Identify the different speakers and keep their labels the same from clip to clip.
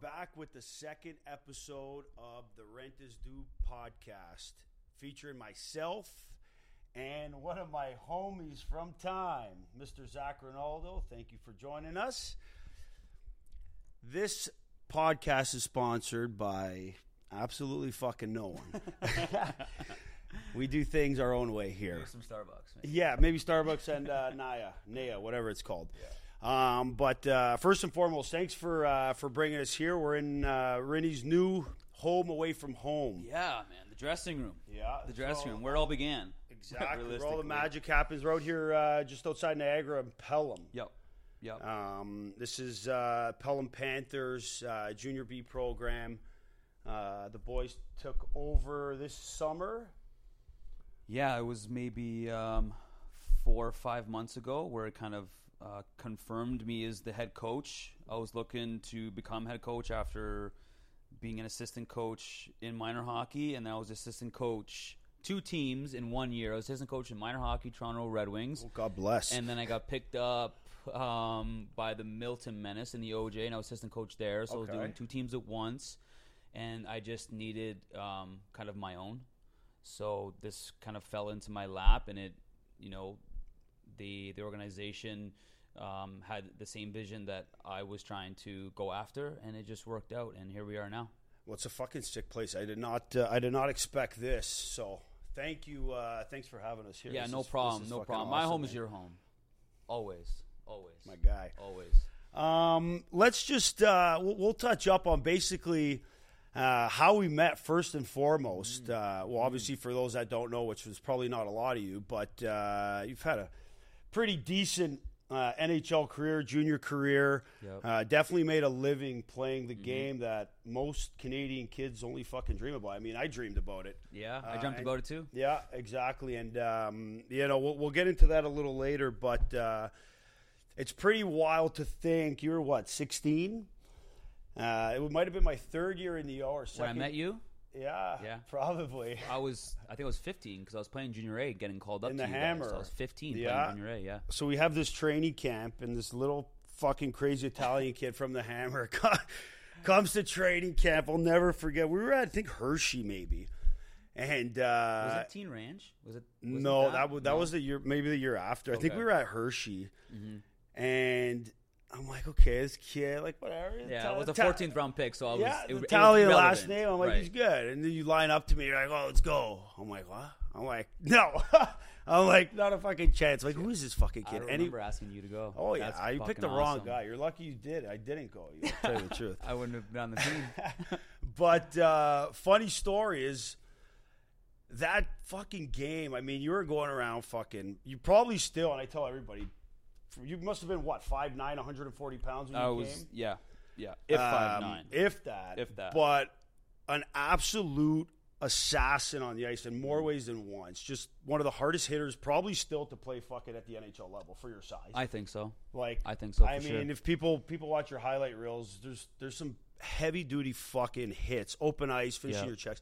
Speaker 1: back with the second episode of the Rent is Due podcast featuring myself and one of my homies from time, Mr. Zach Ronaldo. Thank you for joining us. This podcast is sponsored by absolutely fucking no one. we do things our own way here.
Speaker 2: Here's some Starbucks. Maybe.
Speaker 1: Yeah, maybe Starbucks and uh, Naya, Naya, whatever it's called. Um, but uh, first and foremost, thanks for uh, for bringing us here. We're in uh, Rennie's new home away from home.
Speaker 2: Yeah, man. The dressing room.
Speaker 1: Yeah,
Speaker 2: The
Speaker 1: it's
Speaker 2: dressing
Speaker 1: all-
Speaker 2: room, where it all began.
Speaker 1: Exactly. Where all the
Speaker 2: Realistically.
Speaker 1: magic happens right here, uh, just outside Niagara and Pelham.
Speaker 2: Yep. Yep.
Speaker 1: Um, this is uh, Pelham Panthers uh, Junior B program. Uh, the boys took over this summer.
Speaker 2: yeah, it was maybe um, four or five months ago where it kind of uh, confirmed me as the head coach. I was looking to become head coach after being an assistant coach in minor hockey, and then I was assistant coach two teams in one year. I was assistant coach in minor hockey, Toronto Red Wings.
Speaker 1: God bless.
Speaker 2: and then I got picked up um, by the Milton Menace in the OJ, and I was assistant coach there. So I
Speaker 1: Okay.
Speaker 2: was doing two teams at once, and I just needed um, kind of my own. So this kind of fell into my lap, and it, you know, the the organization um, had the same vision that I was trying to go after, and it just worked out. And here we are now.
Speaker 1: Well, it's a fucking sick place. I did not. Uh, I did not expect this. So thank you. Uh, thanks for having us here.
Speaker 2: Yeah,
Speaker 1: This
Speaker 2: no
Speaker 1: is- this
Speaker 2: problem,
Speaker 1: is
Speaker 2: no
Speaker 1: fucking
Speaker 2: problem. my
Speaker 1: awesome,
Speaker 2: home is
Speaker 1: man.
Speaker 2: your home, always, always,
Speaker 1: my guy.
Speaker 2: always.
Speaker 1: Um, let's just uh, we'll, we'll touch up on basically uh, how we met first and foremost. Uh, well, obviously for those that don't know, which was probably not a lot of you, but uh, you've had a pretty decent uh, NHL career, junior career.
Speaker 2: Yep.
Speaker 1: Uh, definitely made a living playing the game that most Canadian kids only fucking dream about. I mean, I dreamed about it.
Speaker 2: Yeah, I
Speaker 1: Uh,
Speaker 2: dreamt
Speaker 1: and-
Speaker 2: about it too.
Speaker 1: Yeah, exactly. And, um, you know, we'll, we'll get into that a little later, but uh, it's pretty wild to think you're what, 16? Uh, it might have been my third year in the O or
Speaker 2: When I
Speaker 1: second.
Speaker 2: met you,
Speaker 1: Yeah,
Speaker 2: Yeah.
Speaker 1: probably.
Speaker 2: I was, I think I was 15 because I was playing junior A, getting called up
Speaker 1: In
Speaker 2: to
Speaker 1: the
Speaker 2: you
Speaker 1: hammer.
Speaker 2: guys. So I was 15
Speaker 1: Yeah.
Speaker 2: playing junior A. Yeah,
Speaker 1: So we have this training camp, and this little fucking crazy Italian kid from the Hammer co- comes to training camp. I'll never forget. We were at, I think, Hershey, maybe. And uh,
Speaker 2: was it Teen Ranch? Was it? was it
Speaker 1: No, that was that
Speaker 2: No.
Speaker 1: was the year, maybe the year after. I think
Speaker 2: Okay. Mm-hmm.
Speaker 1: we were at Hershey, and I'm like, okay, this kid, like whatever.
Speaker 2: Yeah, it was a
Speaker 1: Ital-
Speaker 2: 14th round pick, so I was
Speaker 1: Yeah,
Speaker 2: it- it was
Speaker 1: Italian last
Speaker 2: relevant.
Speaker 1: name. I'm like,
Speaker 2: Right.
Speaker 1: he's good. And then you line up to me, you're like, oh, let's go. I'm like, what? I'm like, no. I'm like, not a fucking chance. Like, who is this fucking
Speaker 2: I
Speaker 1: kid? Any-
Speaker 2: remember asking you to go.
Speaker 1: oh yeah,
Speaker 2: That's
Speaker 1: I- you
Speaker 2: fucking
Speaker 1: picked the wrong
Speaker 2: awesome.
Speaker 1: guy. You're lucky you did. I didn't go. You I'll tell you the truth.
Speaker 2: I wouldn't have been on the team.
Speaker 1: But uh, funny story is that fucking game. I mean, you were going around fucking. You probably still, and I tell everybody, you must have been what 5'9", 140 pounds when you
Speaker 2: I was,
Speaker 1: came.
Speaker 2: yeah, yeah. If five nine,
Speaker 1: Um, if that,
Speaker 2: If that.
Speaker 1: But an absolute assassin on the ice in more ways than once. Just one of the hardest hitters, probably still to play fucking at the NHL level for your size.
Speaker 2: I think so.
Speaker 1: Like
Speaker 2: I think so,
Speaker 1: I
Speaker 2: for
Speaker 1: mean,
Speaker 2: sure.
Speaker 1: if people people watch your highlight reels, there's there's some heavy duty fucking hits, open ice, finishing
Speaker 2: Yeah.
Speaker 1: your checks.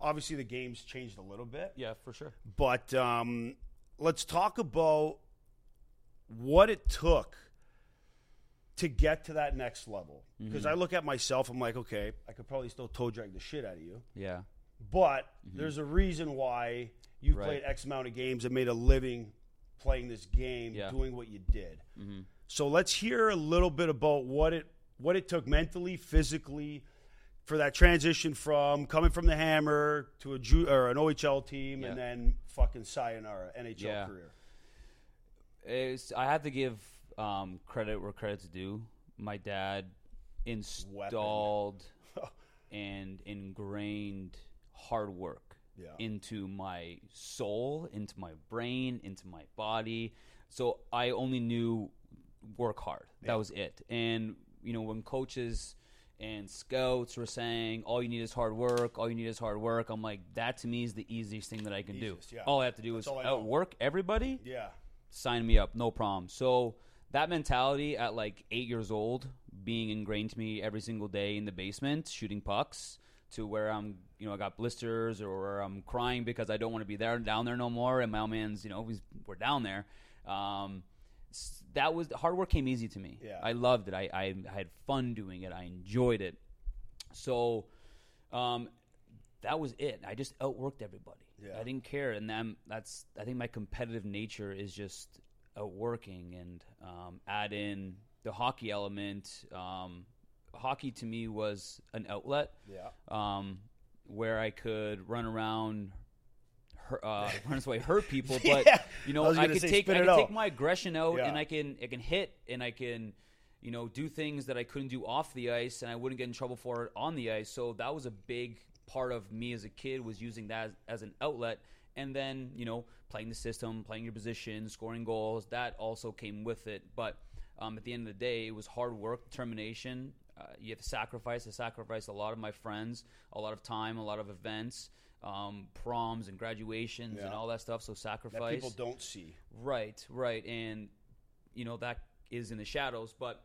Speaker 1: Obviously, the game's changed a little bit,
Speaker 2: Yeah, for sure.
Speaker 1: but um, let's talk about what it took to get to that next level.
Speaker 2: Mm-hmm.
Speaker 1: Because I look at myself, I'm like, okay, I could probably still toe drag the shit out of you,
Speaker 2: Yeah,
Speaker 1: but there's a reason why you
Speaker 2: Mm-hmm. Right.
Speaker 1: played X amount of games and made a living playing this game,
Speaker 2: Yeah. Mm-hmm.
Speaker 1: doing what you did. So let's hear a little bit about what it what it took mentally, physically, for that transition from coming from the Hammer to a ju- or an OHL team, and
Speaker 2: Yeah.
Speaker 1: then fucking sayonara NHL
Speaker 2: Yeah.
Speaker 1: career.
Speaker 2: it's, I have to give um, credit where credit's due. My dad installed and ingrained hard work
Speaker 1: Yeah.
Speaker 2: into my soul, into my brain, into my body. So I only knew work hard. That was it. And you know, when coaches and scouts were saying all you need is hard work, all you need is hard work, I'm like that to me is the easiest thing that I can
Speaker 1: Easiest,
Speaker 2: do.
Speaker 1: yeah.
Speaker 2: All I have to do
Speaker 1: That's
Speaker 2: is
Speaker 1: all I know.
Speaker 2: outwork everybody
Speaker 1: Yeah,
Speaker 2: sign me up, no problem. So that mentality at like eight years old, being ingrained to me every single day in the basement, shooting pucks to where I'm, you know, I got blisters or where I'm crying because I don't want to be there down there no more. And my old man's, you know, he's, we're down there. Um, s- that was hard work came easy to me.
Speaker 1: Yeah.
Speaker 2: I loved it. I, I had fun doing it. I enjoyed it. So um, that was it. I just outworked everybody.
Speaker 1: Yeah.
Speaker 2: I didn't care, and then that's I think my competitive nature is just outworking and um, add in the hockey element. Um, hockey to me was an outlet
Speaker 1: Yeah.
Speaker 2: um, where I could run around, hur- uh, run this way, hurt people, but
Speaker 1: Yeah. I
Speaker 2: you know,
Speaker 1: was
Speaker 2: I,
Speaker 1: gonna
Speaker 2: could
Speaker 1: say,
Speaker 2: take
Speaker 1: spin
Speaker 2: I
Speaker 1: it
Speaker 2: could take
Speaker 1: out.
Speaker 2: my aggression out,
Speaker 1: Yeah.
Speaker 2: and I can I can hit, and I can you know do things that I couldn't do off the ice, and I wouldn't get in trouble for it on the ice. So that was a big part of me as a kid was using that as, as an outlet. And then you know, playing the system, playing your position, scoring goals, that also came with it. But um, at the end of the day, it was hard work, determination. Uh, you have to sacrifice. I sacrificed a lot of my friends, a lot of time, a lot of events, um, proms and graduations and
Speaker 1: Yeah.
Speaker 2: all that stuff. So
Speaker 1: That
Speaker 2: sacrifice.
Speaker 1: people don't see.
Speaker 2: Right, right, and you know that is in the shadows, but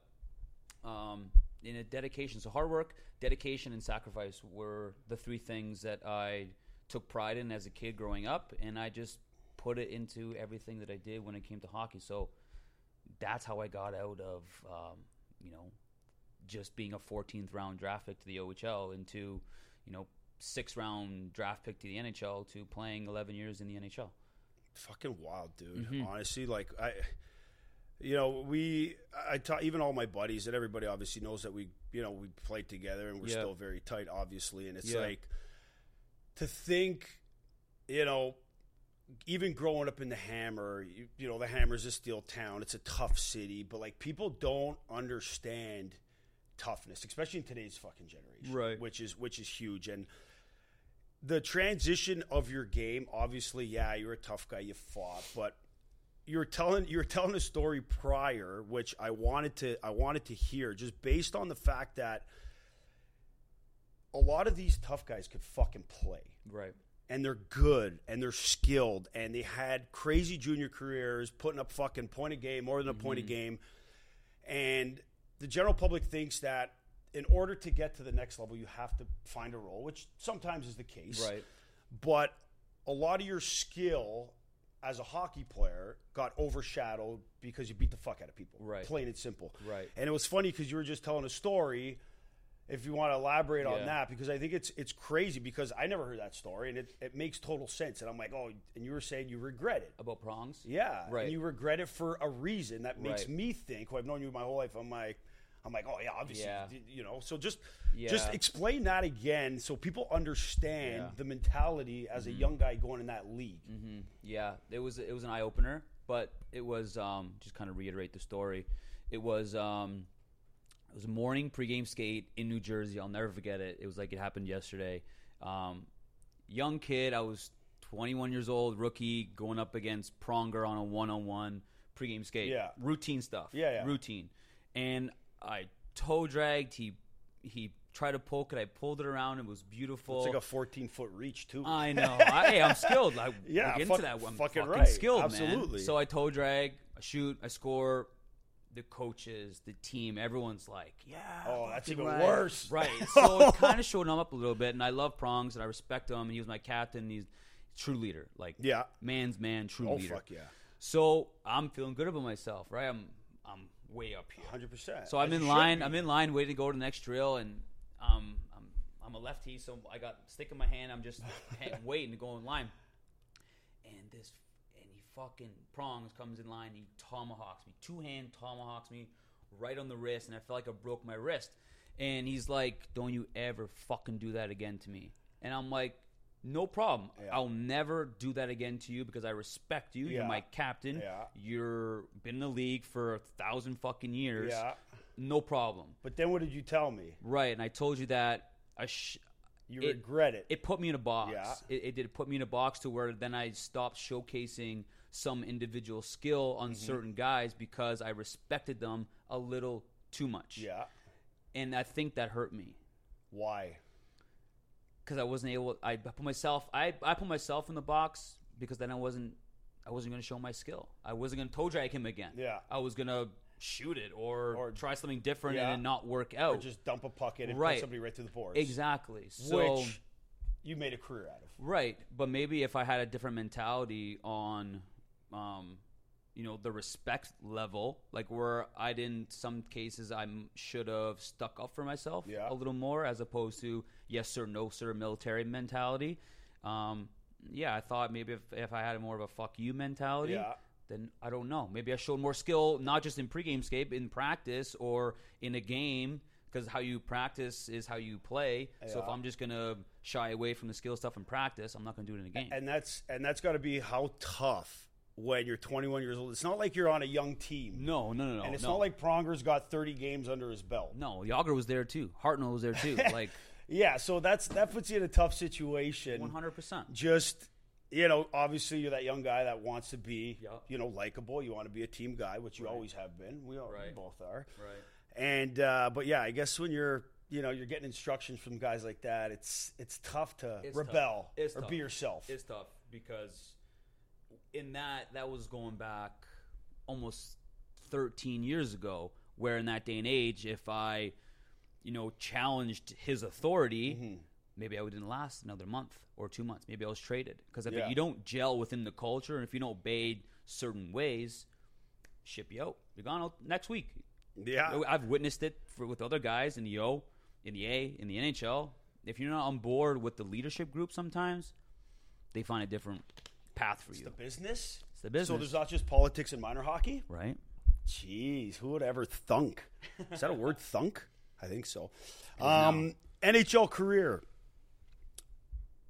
Speaker 2: um, in a dedication, so hard work, dedication, and sacrifice were the three things that I took pride in as a kid growing up, and I just put it into everything that I did when it came to hockey. So that's how I got out of um, you know just being a 14th round draft pick to the OHL into you know six round draft pick to the NHL to playing 11 years in the NHL.
Speaker 1: fucking wild, dude.
Speaker 2: Mm-hmm.
Speaker 1: Honestly, like I, you know, we I taught even all my buddies and everybody obviously knows that we you know we played together and we're
Speaker 2: Yeah.
Speaker 1: still very tight, obviously. And it's
Speaker 2: Yeah.
Speaker 1: like to think, you know. Even growing up in the Hammer, you, you know, the Hammer's a steel town. It's a tough city, but like people don't understand toughness, especially in today's fucking generation,
Speaker 2: Right.
Speaker 1: Which is which is huge. And the transition of your game, obviously, yeah, you're a tough guy, you fought, but you're telling you're telling a story prior, which I wanted to I wanted to hear, just based on the fact that a lot of these tough guys could fucking play
Speaker 2: Right.
Speaker 1: and they're good and they're skilled and they had crazy junior careers putting up fucking point a game more than a point a game and the general public thinks that in order to get to the next level you have to find a role which sometimes is the case
Speaker 2: Right.
Speaker 1: but a lot of your skill as a hockey player got overshadowed because you beat the fuck out of people
Speaker 2: Right.
Speaker 1: plain and simple
Speaker 2: Right.
Speaker 1: and it was funny because you were just telling a story if you want to elaborate on
Speaker 2: Yeah.
Speaker 1: that because I think it's it's crazy because I never heard that story and it, it makes total sense and I'm like oh and you were saying you regret it
Speaker 2: About prongs?
Speaker 1: yeah
Speaker 2: Right.
Speaker 1: and you regret it for a reason that makes
Speaker 2: Right.
Speaker 1: me think who I've known you my whole life I'm like I'm like oh yeah obviously
Speaker 2: Yeah.
Speaker 1: you- you know so just
Speaker 2: Yeah.
Speaker 1: just explain that again so people understand
Speaker 2: Yeah. Mm-hmm.
Speaker 1: the mentality as a young guy going in that league
Speaker 2: hmm Yeah, it was it was an eye opener, but it was um, just kind of reiterate the story. It was um, it was a morning pregame skate in New Jersey. I'll never forget it. It was like it happened yesterday. Um, young kid, I was 21 years old, rookie, going up against Pronger on a one on one pregame skate.
Speaker 1: Yeah.
Speaker 2: routine stuff.
Speaker 1: Yeah, yeah.
Speaker 2: routine. And I toe dragged. He he tried to poke it. I pulled it around. It was beautiful.
Speaker 1: it's like a 14 foot reach too
Speaker 2: I know. I, hey, I'm skilled. I
Speaker 1: Yeah,
Speaker 2: yeah, get
Speaker 1: fuck-
Speaker 2: into that. one.
Speaker 1: fucking
Speaker 2: fucking,
Speaker 1: right.
Speaker 2: skilled,
Speaker 1: Absolutely.
Speaker 2: man. So I toe drag, I shoot, I score. The coaches, the team, everyone's like, yeah.
Speaker 1: Oh, that's
Speaker 2: fucking
Speaker 1: even
Speaker 2: right.
Speaker 1: worse.
Speaker 2: Right. So it kind of showed him up a little bit, and I love Prongs, and I respect him. He was my captain. He's a true leader. Like,
Speaker 1: Yeah.
Speaker 2: man's man, true
Speaker 1: oh
Speaker 2: leader.
Speaker 1: fuck yeah
Speaker 2: So I'm feeling good about myself, right? I'm I'm way up here.
Speaker 1: 100 percent
Speaker 2: So I'm in line. I'm in line, waiting to go to the next drill, and um, I'm I'm a lefty, so I got stick in my hand. I'm just ha- waiting to go in line, and this and he fucking prongs comes in line. And he tomahawks me, two hand tomahawks me right on the wrist, and I felt like I broke my wrist. And he's like, "Don't you ever fucking do that again to me?" And I'm like. No problem.
Speaker 1: Yeah.
Speaker 2: I'll never do that again to you because I respect you. You're
Speaker 1: Yeah.
Speaker 2: my captain.
Speaker 1: Yeah.
Speaker 2: You're been in the league for a thousand fucking years
Speaker 1: yeah
Speaker 2: no problem.
Speaker 1: but then what did you tell me
Speaker 2: Right, and I told you that I sh-
Speaker 1: you
Speaker 2: It-
Speaker 1: regret it
Speaker 2: it put me in a box.
Speaker 1: Yeah.
Speaker 2: It, it did put me in a box to where then I stopped showcasing some individual skill on
Speaker 1: Mm-hmm.
Speaker 2: certain guys because I respected them a little too much.
Speaker 1: yeah
Speaker 2: And I think that hurt me
Speaker 1: why
Speaker 2: because I wasn't able. I put myself. I, I put myself in the box because then I wasn't. I wasn't going to show my skill. I wasn't going to toe drag him again.
Speaker 1: Yeah.
Speaker 2: I was going to shoot it or,
Speaker 1: Or-
Speaker 2: try something different
Speaker 1: Yeah.
Speaker 2: and it not work out.
Speaker 1: or just dump a puck in and put
Speaker 2: Oh. Right.
Speaker 1: somebody right through the boards.
Speaker 2: exactly. So
Speaker 1: which you made a career out of.
Speaker 2: Right, but maybe if I had a different mentality on, um, you know the respect level like where i did in some cases i should have stuck up for myself
Speaker 1: Yeah.
Speaker 2: a little more as opposed to yes sir no sir military mentality um, yeah i thought maybe if, if i had more of a fuck you mentality
Speaker 1: Yeah.
Speaker 2: then i don't know maybe i showed more skill not just in pregame scape in practice or in a game because how you practice is how you play so if
Speaker 1: Yeah.
Speaker 2: i'm just gonna shy away from the skill stuff in practice i'm not gonna do it in a game
Speaker 1: and that's and that's got to be how tough when you're 21 years old. It's not like you're on a young team,
Speaker 2: no no no no
Speaker 1: and it's
Speaker 2: no.
Speaker 1: not like Pronger's got 30 games under his belt.
Speaker 2: No, Yager was there too. Hartnell was there too. Like
Speaker 1: Yeah, so that's that puts you in a tough situation.
Speaker 2: 100%.
Speaker 1: Just you know, obviously you're that young guy that wants to be
Speaker 2: Yeah.
Speaker 1: you know likable. You want to be a team guy, which you always have been. We, all, we
Speaker 2: Right.
Speaker 1: both are.
Speaker 2: Right.
Speaker 1: And uh, but yeah, I guess when you're you know you're getting instructions from guys like that, it's it's tough to
Speaker 2: It's tough.
Speaker 1: rebel
Speaker 2: It's
Speaker 1: or
Speaker 2: tough.
Speaker 1: be yourself.
Speaker 2: It's tough because in that that was going back almost 13 years ago where in that day and age if I you know challenged his authority
Speaker 1: Mm-hmm.
Speaker 2: maybe I wouldn't last another month or 2 months. Maybe I was traded because if
Speaker 1: Yeah.
Speaker 2: you don't gel within the culture and if you don't obey certain ways ship you out. You're gone out next week.
Speaker 1: yeah,
Speaker 2: I- I've witnessed it for, with other guys in the O, in the A, in the NHL. If you're not on board with the leadership group, sometimes they find a different path for you,
Speaker 1: the business. It's
Speaker 2: the
Speaker 1: So
Speaker 2: business.
Speaker 1: there's not just politics in minor hockey.
Speaker 2: right?
Speaker 1: Jeez, who would ever thunk? Is that a word, thunk? I think so. Um, NHL career.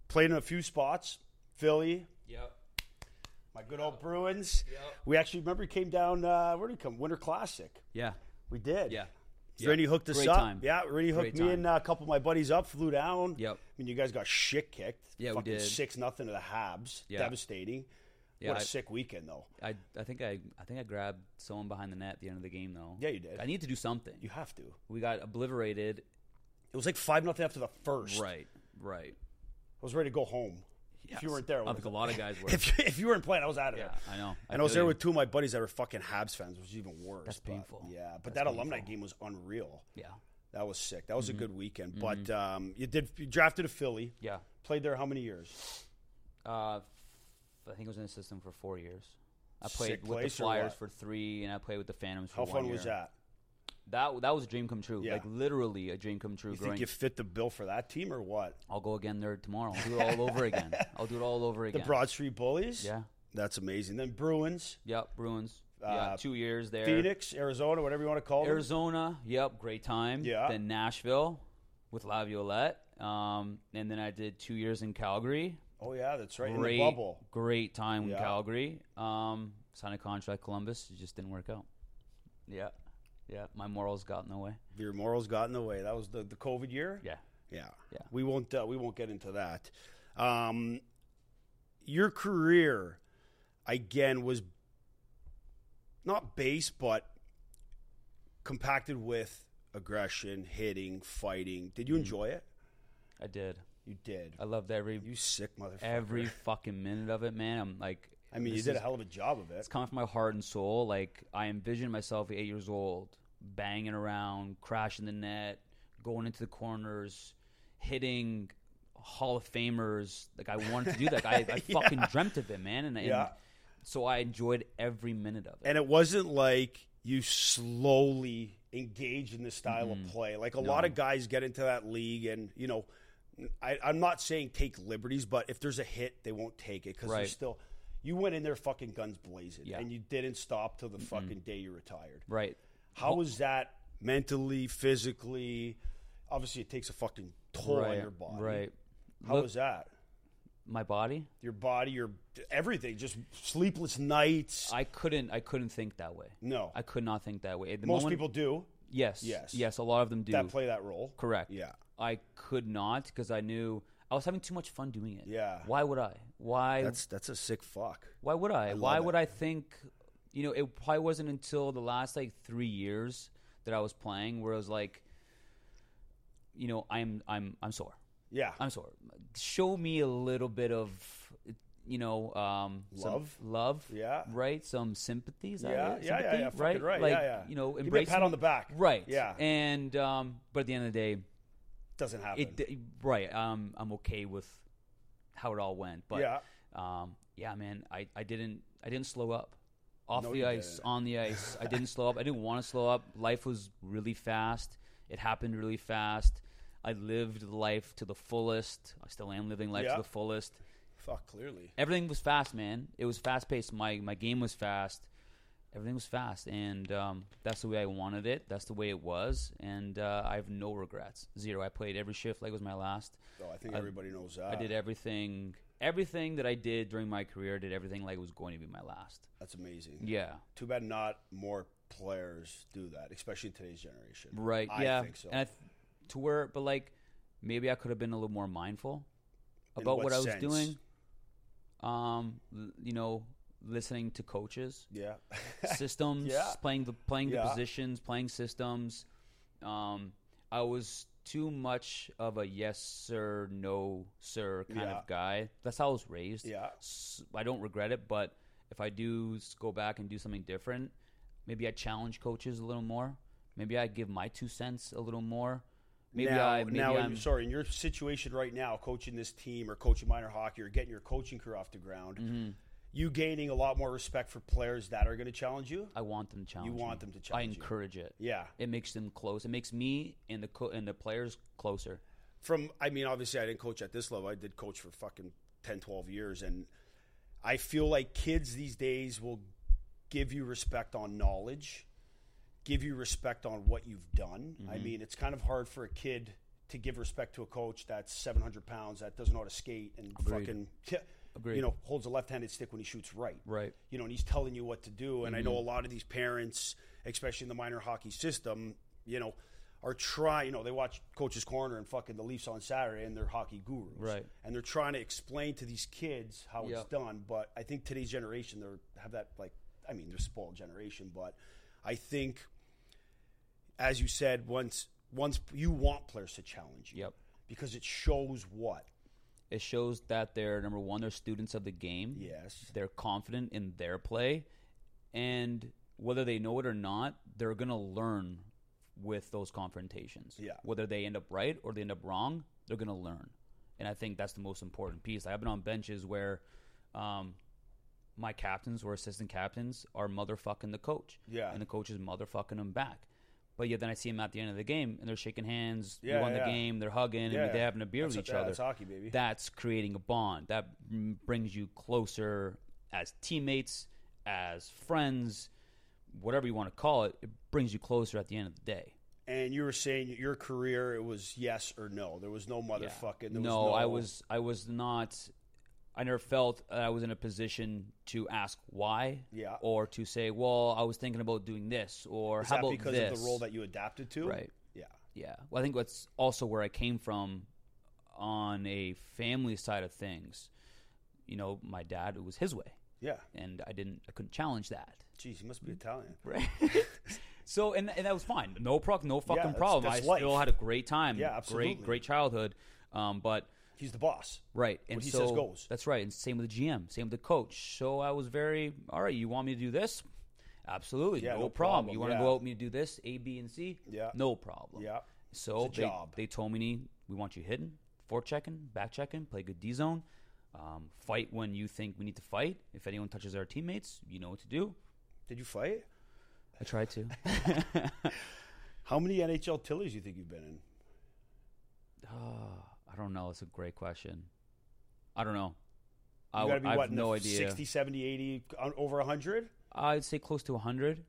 Speaker 1: Played in a few spots. Philly,
Speaker 2: Yep.
Speaker 1: my good old Bruins. We actually remember he came down, uh, where did he come? Winter Classic.
Speaker 2: Yeah.
Speaker 1: We did.
Speaker 2: Yeah.
Speaker 1: Rennie hooked us
Speaker 2: Great
Speaker 1: up.
Speaker 2: time.
Speaker 1: Yeah, Rennie hooked
Speaker 2: Great
Speaker 1: me
Speaker 2: time.
Speaker 1: and uh, a couple of my buddies up, flew down.
Speaker 2: Yep.
Speaker 1: I mean, you guys got shit kicked.
Speaker 2: Yeah, we
Speaker 1: Fucking
Speaker 2: did.
Speaker 1: 6 nothing to the Habs.
Speaker 2: Yeah.
Speaker 1: Devastating.
Speaker 2: Yeah,
Speaker 1: what a
Speaker 2: I-
Speaker 1: sick weekend, though.
Speaker 2: I, I think I I think I grabbed someone behind the net at the end of the game though.
Speaker 1: Yeah, you did.
Speaker 2: I need to do something.
Speaker 1: You have to. It
Speaker 2: We got obliterated.
Speaker 1: was like 5 nothing after the first.
Speaker 2: Right. Right.
Speaker 1: I was ready to go home. If you
Speaker 2: Yes.
Speaker 1: weren't there,
Speaker 2: I
Speaker 1: what
Speaker 2: think a
Speaker 1: was
Speaker 2: lot of guys were.
Speaker 1: it? if, if you weren't playing, I was out of
Speaker 2: yeah,
Speaker 1: there.
Speaker 2: I know.
Speaker 1: And I was
Speaker 2: feel
Speaker 1: there
Speaker 2: you.
Speaker 1: with two of my buddies that were fucking Habs fans, which is even worse.
Speaker 2: That's
Speaker 1: but-
Speaker 2: painful.
Speaker 1: Yeah, but
Speaker 2: That's
Speaker 1: that alumni
Speaker 2: painful. Mm-hmm.
Speaker 1: game was unreal.
Speaker 2: Yeah.
Speaker 1: That was sick. That was a good weekend. But um, you did you drafted a Philly.
Speaker 2: Yeah.
Speaker 1: Played there how many years?
Speaker 2: Uh, I think I was in the system for four years. I
Speaker 1: Sick
Speaker 2: played with the
Speaker 1: place or
Speaker 2: Flyers
Speaker 1: what?
Speaker 2: for three, and I played with the Phantoms for
Speaker 1: How
Speaker 2: one
Speaker 1: fun was
Speaker 2: year.
Speaker 1: that?
Speaker 2: That that was a dream come true.
Speaker 1: Yeah.
Speaker 2: Like literally a dream come true.
Speaker 1: You
Speaker 2: growing.
Speaker 1: think you fit the bill for that team or what?
Speaker 2: I'll go again there tomorrow. I'll do it all over again. I'll do it all over
Speaker 1: The
Speaker 2: again.
Speaker 1: Broad Street Bullies.
Speaker 2: yeah.
Speaker 1: that's amazing. Then Bruins,
Speaker 2: Yep. Bruins. yeah.
Speaker 1: Uh,
Speaker 2: Two years there.
Speaker 1: Phoenix, Arizona, whatever you want to call them.
Speaker 2: Arizona. Yep. Great time.
Speaker 1: Yeah.
Speaker 2: Then Nashville with Laviolette. Um, and then I did two years in Calgary.
Speaker 1: Oh yeah, that's right.
Speaker 2: Great,
Speaker 1: In the bubble.
Speaker 2: great time in
Speaker 1: Yeah.
Speaker 2: Calgary. Um, signed a contract Columbus. It just didn't work out. Yeah, yeah. My morals got in the way.
Speaker 1: Your morals got in the way. That was the, the COVID year.
Speaker 2: Yeah,
Speaker 1: Yeah.
Speaker 2: Yeah.
Speaker 1: We won't uh, we won't get into that. Um your career again was not base but compacted with aggression, hitting, fighting. Did you
Speaker 2: Mm.
Speaker 1: enjoy it?
Speaker 2: I did.
Speaker 1: You did.
Speaker 2: I loved every
Speaker 1: You sick motherfucker.
Speaker 2: every fucking minute of it, man. I'm like,
Speaker 1: I mean, you
Speaker 2: this
Speaker 1: did
Speaker 2: is-
Speaker 1: a hell of a job of it.
Speaker 2: it's coming from my heart and soul. Like I envisioned myself at eight years old, banging around, crashing the net, going into the corners, hitting Hall of Famers. Like I wanted to do that. I, I fucking dreamt of it, man. And, and
Speaker 1: Yeah.
Speaker 2: so I enjoyed every minute of it.
Speaker 1: And it wasn't like you slowly engage in this style
Speaker 2: Mm-hmm.
Speaker 1: of play. Like a lot of guys get into that league, and you know, I, I'm not saying take liberties, but if there's a hit, they won't take it because they're
Speaker 2: Right.
Speaker 1: still. You went in there fucking guns blazing,
Speaker 2: Yeah.
Speaker 1: and you didn't stop till the fucking day you retired.
Speaker 2: Right.
Speaker 1: How was that mentally, physically? Obviously, it takes a fucking toll on
Speaker 2: right,
Speaker 1: your body.
Speaker 2: Right.
Speaker 1: How
Speaker 2: Look-
Speaker 1: was that?
Speaker 2: My body.
Speaker 1: Your body, your everything, just sleepless nights.
Speaker 2: I couldn't. I couldn't think that way.
Speaker 1: no,
Speaker 2: I could not think that way. At the
Speaker 1: most
Speaker 2: moment-
Speaker 1: people do
Speaker 2: Yes.
Speaker 1: Yes.
Speaker 2: Yes. Yes. A lot of them do.
Speaker 1: that play that role.
Speaker 2: Correct.
Speaker 1: Yeah.
Speaker 2: I could not because I knew I was having too much fun doing it.
Speaker 1: Yeah.
Speaker 2: Why would I? Why?
Speaker 1: That's that's a sick fuck.
Speaker 2: why would I? why
Speaker 1: love
Speaker 2: would I think? You know, it probably wasn't until the last like three years that I was playing where I was like, you know, I'm I'm I'm sore.
Speaker 1: Yeah.
Speaker 2: I'm sorry. Show me a little bit of, you know, um, some
Speaker 1: Love?
Speaker 2: love,
Speaker 1: Yeah.
Speaker 2: right? Some sympathy, is that
Speaker 1: Yeah,
Speaker 2: it?
Speaker 1: yeah, yeah,
Speaker 2: Sympathy,
Speaker 1: yeah, fucking
Speaker 2: right,
Speaker 1: right,
Speaker 2: Like,
Speaker 1: yeah, yeah.
Speaker 2: you know,
Speaker 1: Give me a
Speaker 2: embrace
Speaker 1: pat on
Speaker 2: me-
Speaker 1: the back.
Speaker 2: right?
Speaker 1: Yeah.
Speaker 2: and um, but at the end of the day,
Speaker 1: Doesn't happen.
Speaker 2: it d- right. Um, I'm okay with how it all went, but
Speaker 1: Yeah.
Speaker 2: um, yeah, man, I, I didn't I didn't slow up. off
Speaker 1: No,
Speaker 2: the
Speaker 1: you
Speaker 2: ice,
Speaker 1: didn't.
Speaker 2: on the ice. I didn't slow up. I didn't want to slow up. Life was really fast. It happened really fast. I lived life to the fullest. I still am living life
Speaker 1: Yeah.
Speaker 2: to the fullest.
Speaker 1: Fuck, clearly.
Speaker 2: Everything was fast, man. It was fast paced. My my game was fast. Everything was fast, and um, that's the way I wanted it. That's the way it was, and uh, I have no regrets. Zero. I played every shift like it was my last.
Speaker 1: So I think everybody knows that.
Speaker 2: I did everything. Everything that I did during my career, I did everything like it was going to be my last.
Speaker 1: That's amazing.
Speaker 2: Yeah.
Speaker 1: Too bad not more players do that, especially in today's generation.
Speaker 2: Right.
Speaker 1: I
Speaker 2: yeah.
Speaker 1: think so.
Speaker 2: And I th- to where, but like, maybe I could have been a little more mindful
Speaker 1: In
Speaker 2: about
Speaker 1: what
Speaker 2: what, I was
Speaker 1: sense?
Speaker 2: doing. Um, l- you know, listening to coaches,
Speaker 1: yeah.
Speaker 2: systems,
Speaker 1: Yeah.
Speaker 2: playing the playing
Speaker 1: Yeah.
Speaker 2: the positions, playing systems. Um, I was too much of a yes sir, no sir kind
Speaker 1: Yeah.
Speaker 2: of guy. That's how I was raised.
Speaker 1: yeah.
Speaker 2: s- I don't regret it, but if I do s- go back and do something different, maybe I challenge coaches a little more. Maybe I give my two cents a little more. Maybe
Speaker 1: now,
Speaker 2: I maybe
Speaker 1: now in-
Speaker 2: I'm,
Speaker 1: sorry, in your situation right now, coaching this team or coaching minor hockey or getting your coaching career off the ground,
Speaker 2: Mm-hmm.
Speaker 1: you gaining a lot more respect for players that are going to challenge you.
Speaker 2: I want them to challenge.
Speaker 1: You want them
Speaker 2: me.
Speaker 1: to
Speaker 2: I
Speaker 1: challenge you.
Speaker 2: encourage it.
Speaker 1: Yeah.
Speaker 2: It makes them close. It makes me and the co- and the players closer.
Speaker 1: From I mean, obviously I didn't coach at this level. I did coach for fucking 10, 12 years and I feel like kids these days will give you respect on knowledge, give you respect on what you've done.
Speaker 2: Mm-hmm.
Speaker 1: I mean, it's kind of hard for a kid to give respect to a coach that's 700 pounds, that doesn't know how to skate and fucking,
Speaker 2: Agreed.
Speaker 1: you know, holds a left-handed stick when he shoots right.
Speaker 2: Right.
Speaker 1: You know, and he's telling you what to do. And I know a
Speaker 2: Mm-hmm.
Speaker 1: lot of these parents, especially in the minor hockey system, you know, are trying, you know, they watch Coach's Corner and fucking the Leafs on Saturday and they're hockey gurus.
Speaker 2: Right.
Speaker 1: And they're trying to explain to these kids how
Speaker 2: Yeah.
Speaker 1: it's done. But I think today's generation, they have that, like, I mean, they're spoiled generation, but I think, as you said, once once you want players to challenge you
Speaker 2: Yep.
Speaker 1: because it shows what?
Speaker 2: It shows that they're number one. They're students of the game.
Speaker 1: Yes.
Speaker 2: They're confident in their play, and whether they know it or not, they're going to learn with those confrontations.
Speaker 1: Yeah.
Speaker 2: Whether they end up right or they end up wrong, they're going to learn, and I think that's the most important piece. Like, I've been on benches where, um, my captains or assistant captains are motherfucking the coach.
Speaker 1: Yeah.
Speaker 2: And the coach is motherfucking them back. But yet then I see them at the end of the game and they're shaking hands.
Speaker 1: Yeah,
Speaker 2: we won
Speaker 1: yeah.
Speaker 2: the game. They're hugging and they're having a beer
Speaker 1: That's
Speaker 2: with
Speaker 1: what-
Speaker 2: each
Speaker 1: yeah,
Speaker 2: other
Speaker 1: That's hockey, baby.
Speaker 2: that's creating a bond that m- brings you closer as teammates as friends whatever you want to call it it brings you closer at the end of the day
Speaker 1: and you were saying your career it was yes or no there was no
Speaker 2: Yeah.
Speaker 1: motherfucking there
Speaker 2: no,
Speaker 1: was no
Speaker 2: i was i was not i never felt that i was in a position to ask why
Speaker 1: Yeah.
Speaker 2: or to say well i was thinking about doing this or
Speaker 1: is
Speaker 2: how
Speaker 1: that
Speaker 2: about
Speaker 1: because
Speaker 2: this
Speaker 1: of the role that you adapted to
Speaker 2: right
Speaker 1: yeah
Speaker 2: yeah well i think that's also where i came from on a family side of things you know my dad it was his way
Speaker 1: yeah
Speaker 2: and I didn't I couldn't challenge that.
Speaker 1: jeez you must
Speaker 2: Mm-hmm.
Speaker 1: be italian
Speaker 2: Right. so and and that was fine. No proc, no fucking
Speaker 1: that's-
Speaker 2: problem.
Speaker 1: that's
Speaker 2: I
Speaker 1: life.
Speaker 2: still had a great time.
Speaker 1: Yeah,
Speaker 2: Great
Speaker 1: absolutely.
Speaker 2: great childhood. Um but
Speaker 1: he's the boss
Speaker 2: right and
Speaker 1: What he
Speaker 2: so
Speaker 1: says goes.
Speaker 2: that's right. And same with the GM, same with the coach. So I was very all right, you want me to do this? Absolutely.
Speaker 1: Yeah,
Speaker 2: no,
Speaker 1: no
Speaker 2: problem.
Speaker 1: problem,
Speaker 2: You want
Speaker 1: yeah.
Speaker 2: to go out with me to do this, A, B, and C?
Speaker 1: Yeah.
Speaker 2: No problem.
Speaker 1: yeah
Speaker 2: So
Speaker 1: It's a
Speaker 2: they,
Speaker 1: job.
Speaker 2: they told me we want you hidden, forechecking, checking, back checking, play good D zone, um, fight when you think we need to fight. If anyone touches our teammates, you know what to do.
Speaker 1: did you fight
Speaker 2: I tried to.
Speaker 1: how many nhl tillies do you think you've been in
Speaker 2: Ah, I don't know. It's a great question. I don't know. I,
Speaker 1: you
Speaker 2: w-
Speaker 1: gotta be
Speaker 2: I have
Speaker 1: what in the
Speaker 2: no idea.
Speaker 1: 60 70 80 on- over 100
Speaker 2: I'd say close to 100.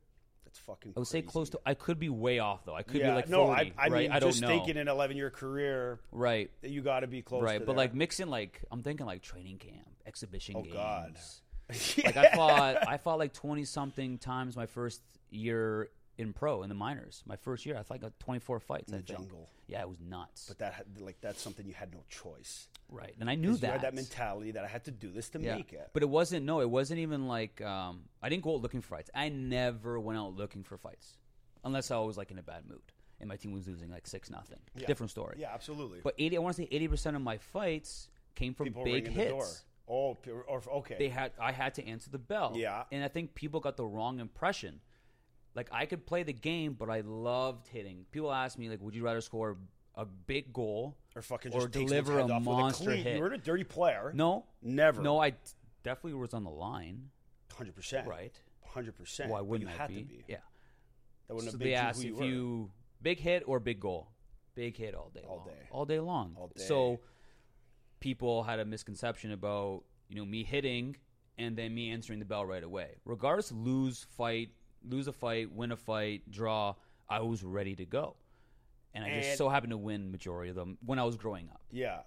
Speaker 1: that's fucking
Speaker 2: I would say
Speaker 1: crazy.
Speaker 2: close to. I could be way off though. I could
Speaker 1: yeah
Speaker 2: be like
Speaker 1: no
Speaker 2: 40.
Speaker 1: i, I
Speaker 2: right?
Speaker 1: mean
Speaker 2: I don't
Speaker 1: just
Speaker 2: know.
Speaker 1: thinking an 11 year career
Speaker 2: right.
Speaker 1: that you got to be close
Speaker 2: Right.
Speaker 1: to
Speaker 2: But
Speaker 1: there.
Speaker 2: like mixing like I'm thinking like training camp, exhibition
Speaker 1: Oh,
Speaker 2: games.
Speaker 1: God.
Speaker 2: Like I fought I fought like 20 something times my first year in pro in the minors. My first year I fought like 24 fights
Speaker 1: in the
Speaker 2: I think.
Speaker 1: jungle
Speaker 2: Yeah, it was nuts.
Speaker 1: but that had- like that's something you had no choice
Speaker 2: right. And I knew
Speaker 1: 'Cause you had that
Speaker 2: that.
Speaker 1: mentality that i had to do this to make it
Speaker 2: But it wasn't. No, it wasn't even like um, I didn't go out looking for fights. I never went out looking for fights, unless I was like in a bad mood and my team was losing like six nothing.
Speaker 1: Yeah.
Speaker 2: Different story.
Speaker 1: yeah absolutely
Speaker 2: But eighty, I want to say eighty percent of my fights came from
Speaker 1: people
Speaker 2: big
Speaker 1: ringing the door.
Speaker 2: hits.
Speaker 1: Oh, p- or, okay.
Speaker 2: They had I had to answer the bell.
Speaker 1: Yeah.
Speaker 2: and I think people got the wrong impression. Like I could play the game, but I loved hitting. People ask me like, "Would you rather score a big goal
Speaker 1: or fucking
Speaker 2: or
Speaker 1: just takes
Speaker 2: deliver
Speaker 1: those heads
Speaker 2: a
Speaker 1: off with
Speaker 2: monster
Speaker 1: clean.
Speaker 2: hit.
Speaker 1: You were a dirty player.
Speaker 2: No,
Speaker 1: Never.
Speaker 2: no. I t- definitely was on the line,
Speaker 1: hundred percent.
Speaker 2: right?
Speaker 1: hundred percent.
Speaker 2: Why wouldn't
Speaker 1: you
Speaker 2: I
Speaker 1: had
Speaker 2: be?
Speaker 1: to be?
Speaker 2: Yeah.
Speaker 1: That wouldn't
Speaker 2: so
Speaker 1: have
Speaker 2: they
Speaker 1: been
Speaker 2: asked
Speaker 1: who you
Speaker 2: if
Speaker 1: were.
Speaker 2: you big hit or big goal. Big hit all day.
Speaker 1: All
Speaker 2: long.
Speaker 1: day.
Speaker 2: All day long.
Speaker 1: All day.
Speaker 2: So people had a misconception about you know me hitting and then me answering the bell right away. Regardless, lose fight, lose a fight, win a fight, draw. I was ready to go, and I
Speaker 1: And-
Speaker 2: just so happened to win majority of them when I was growing up.
Speaker 1: Yeah.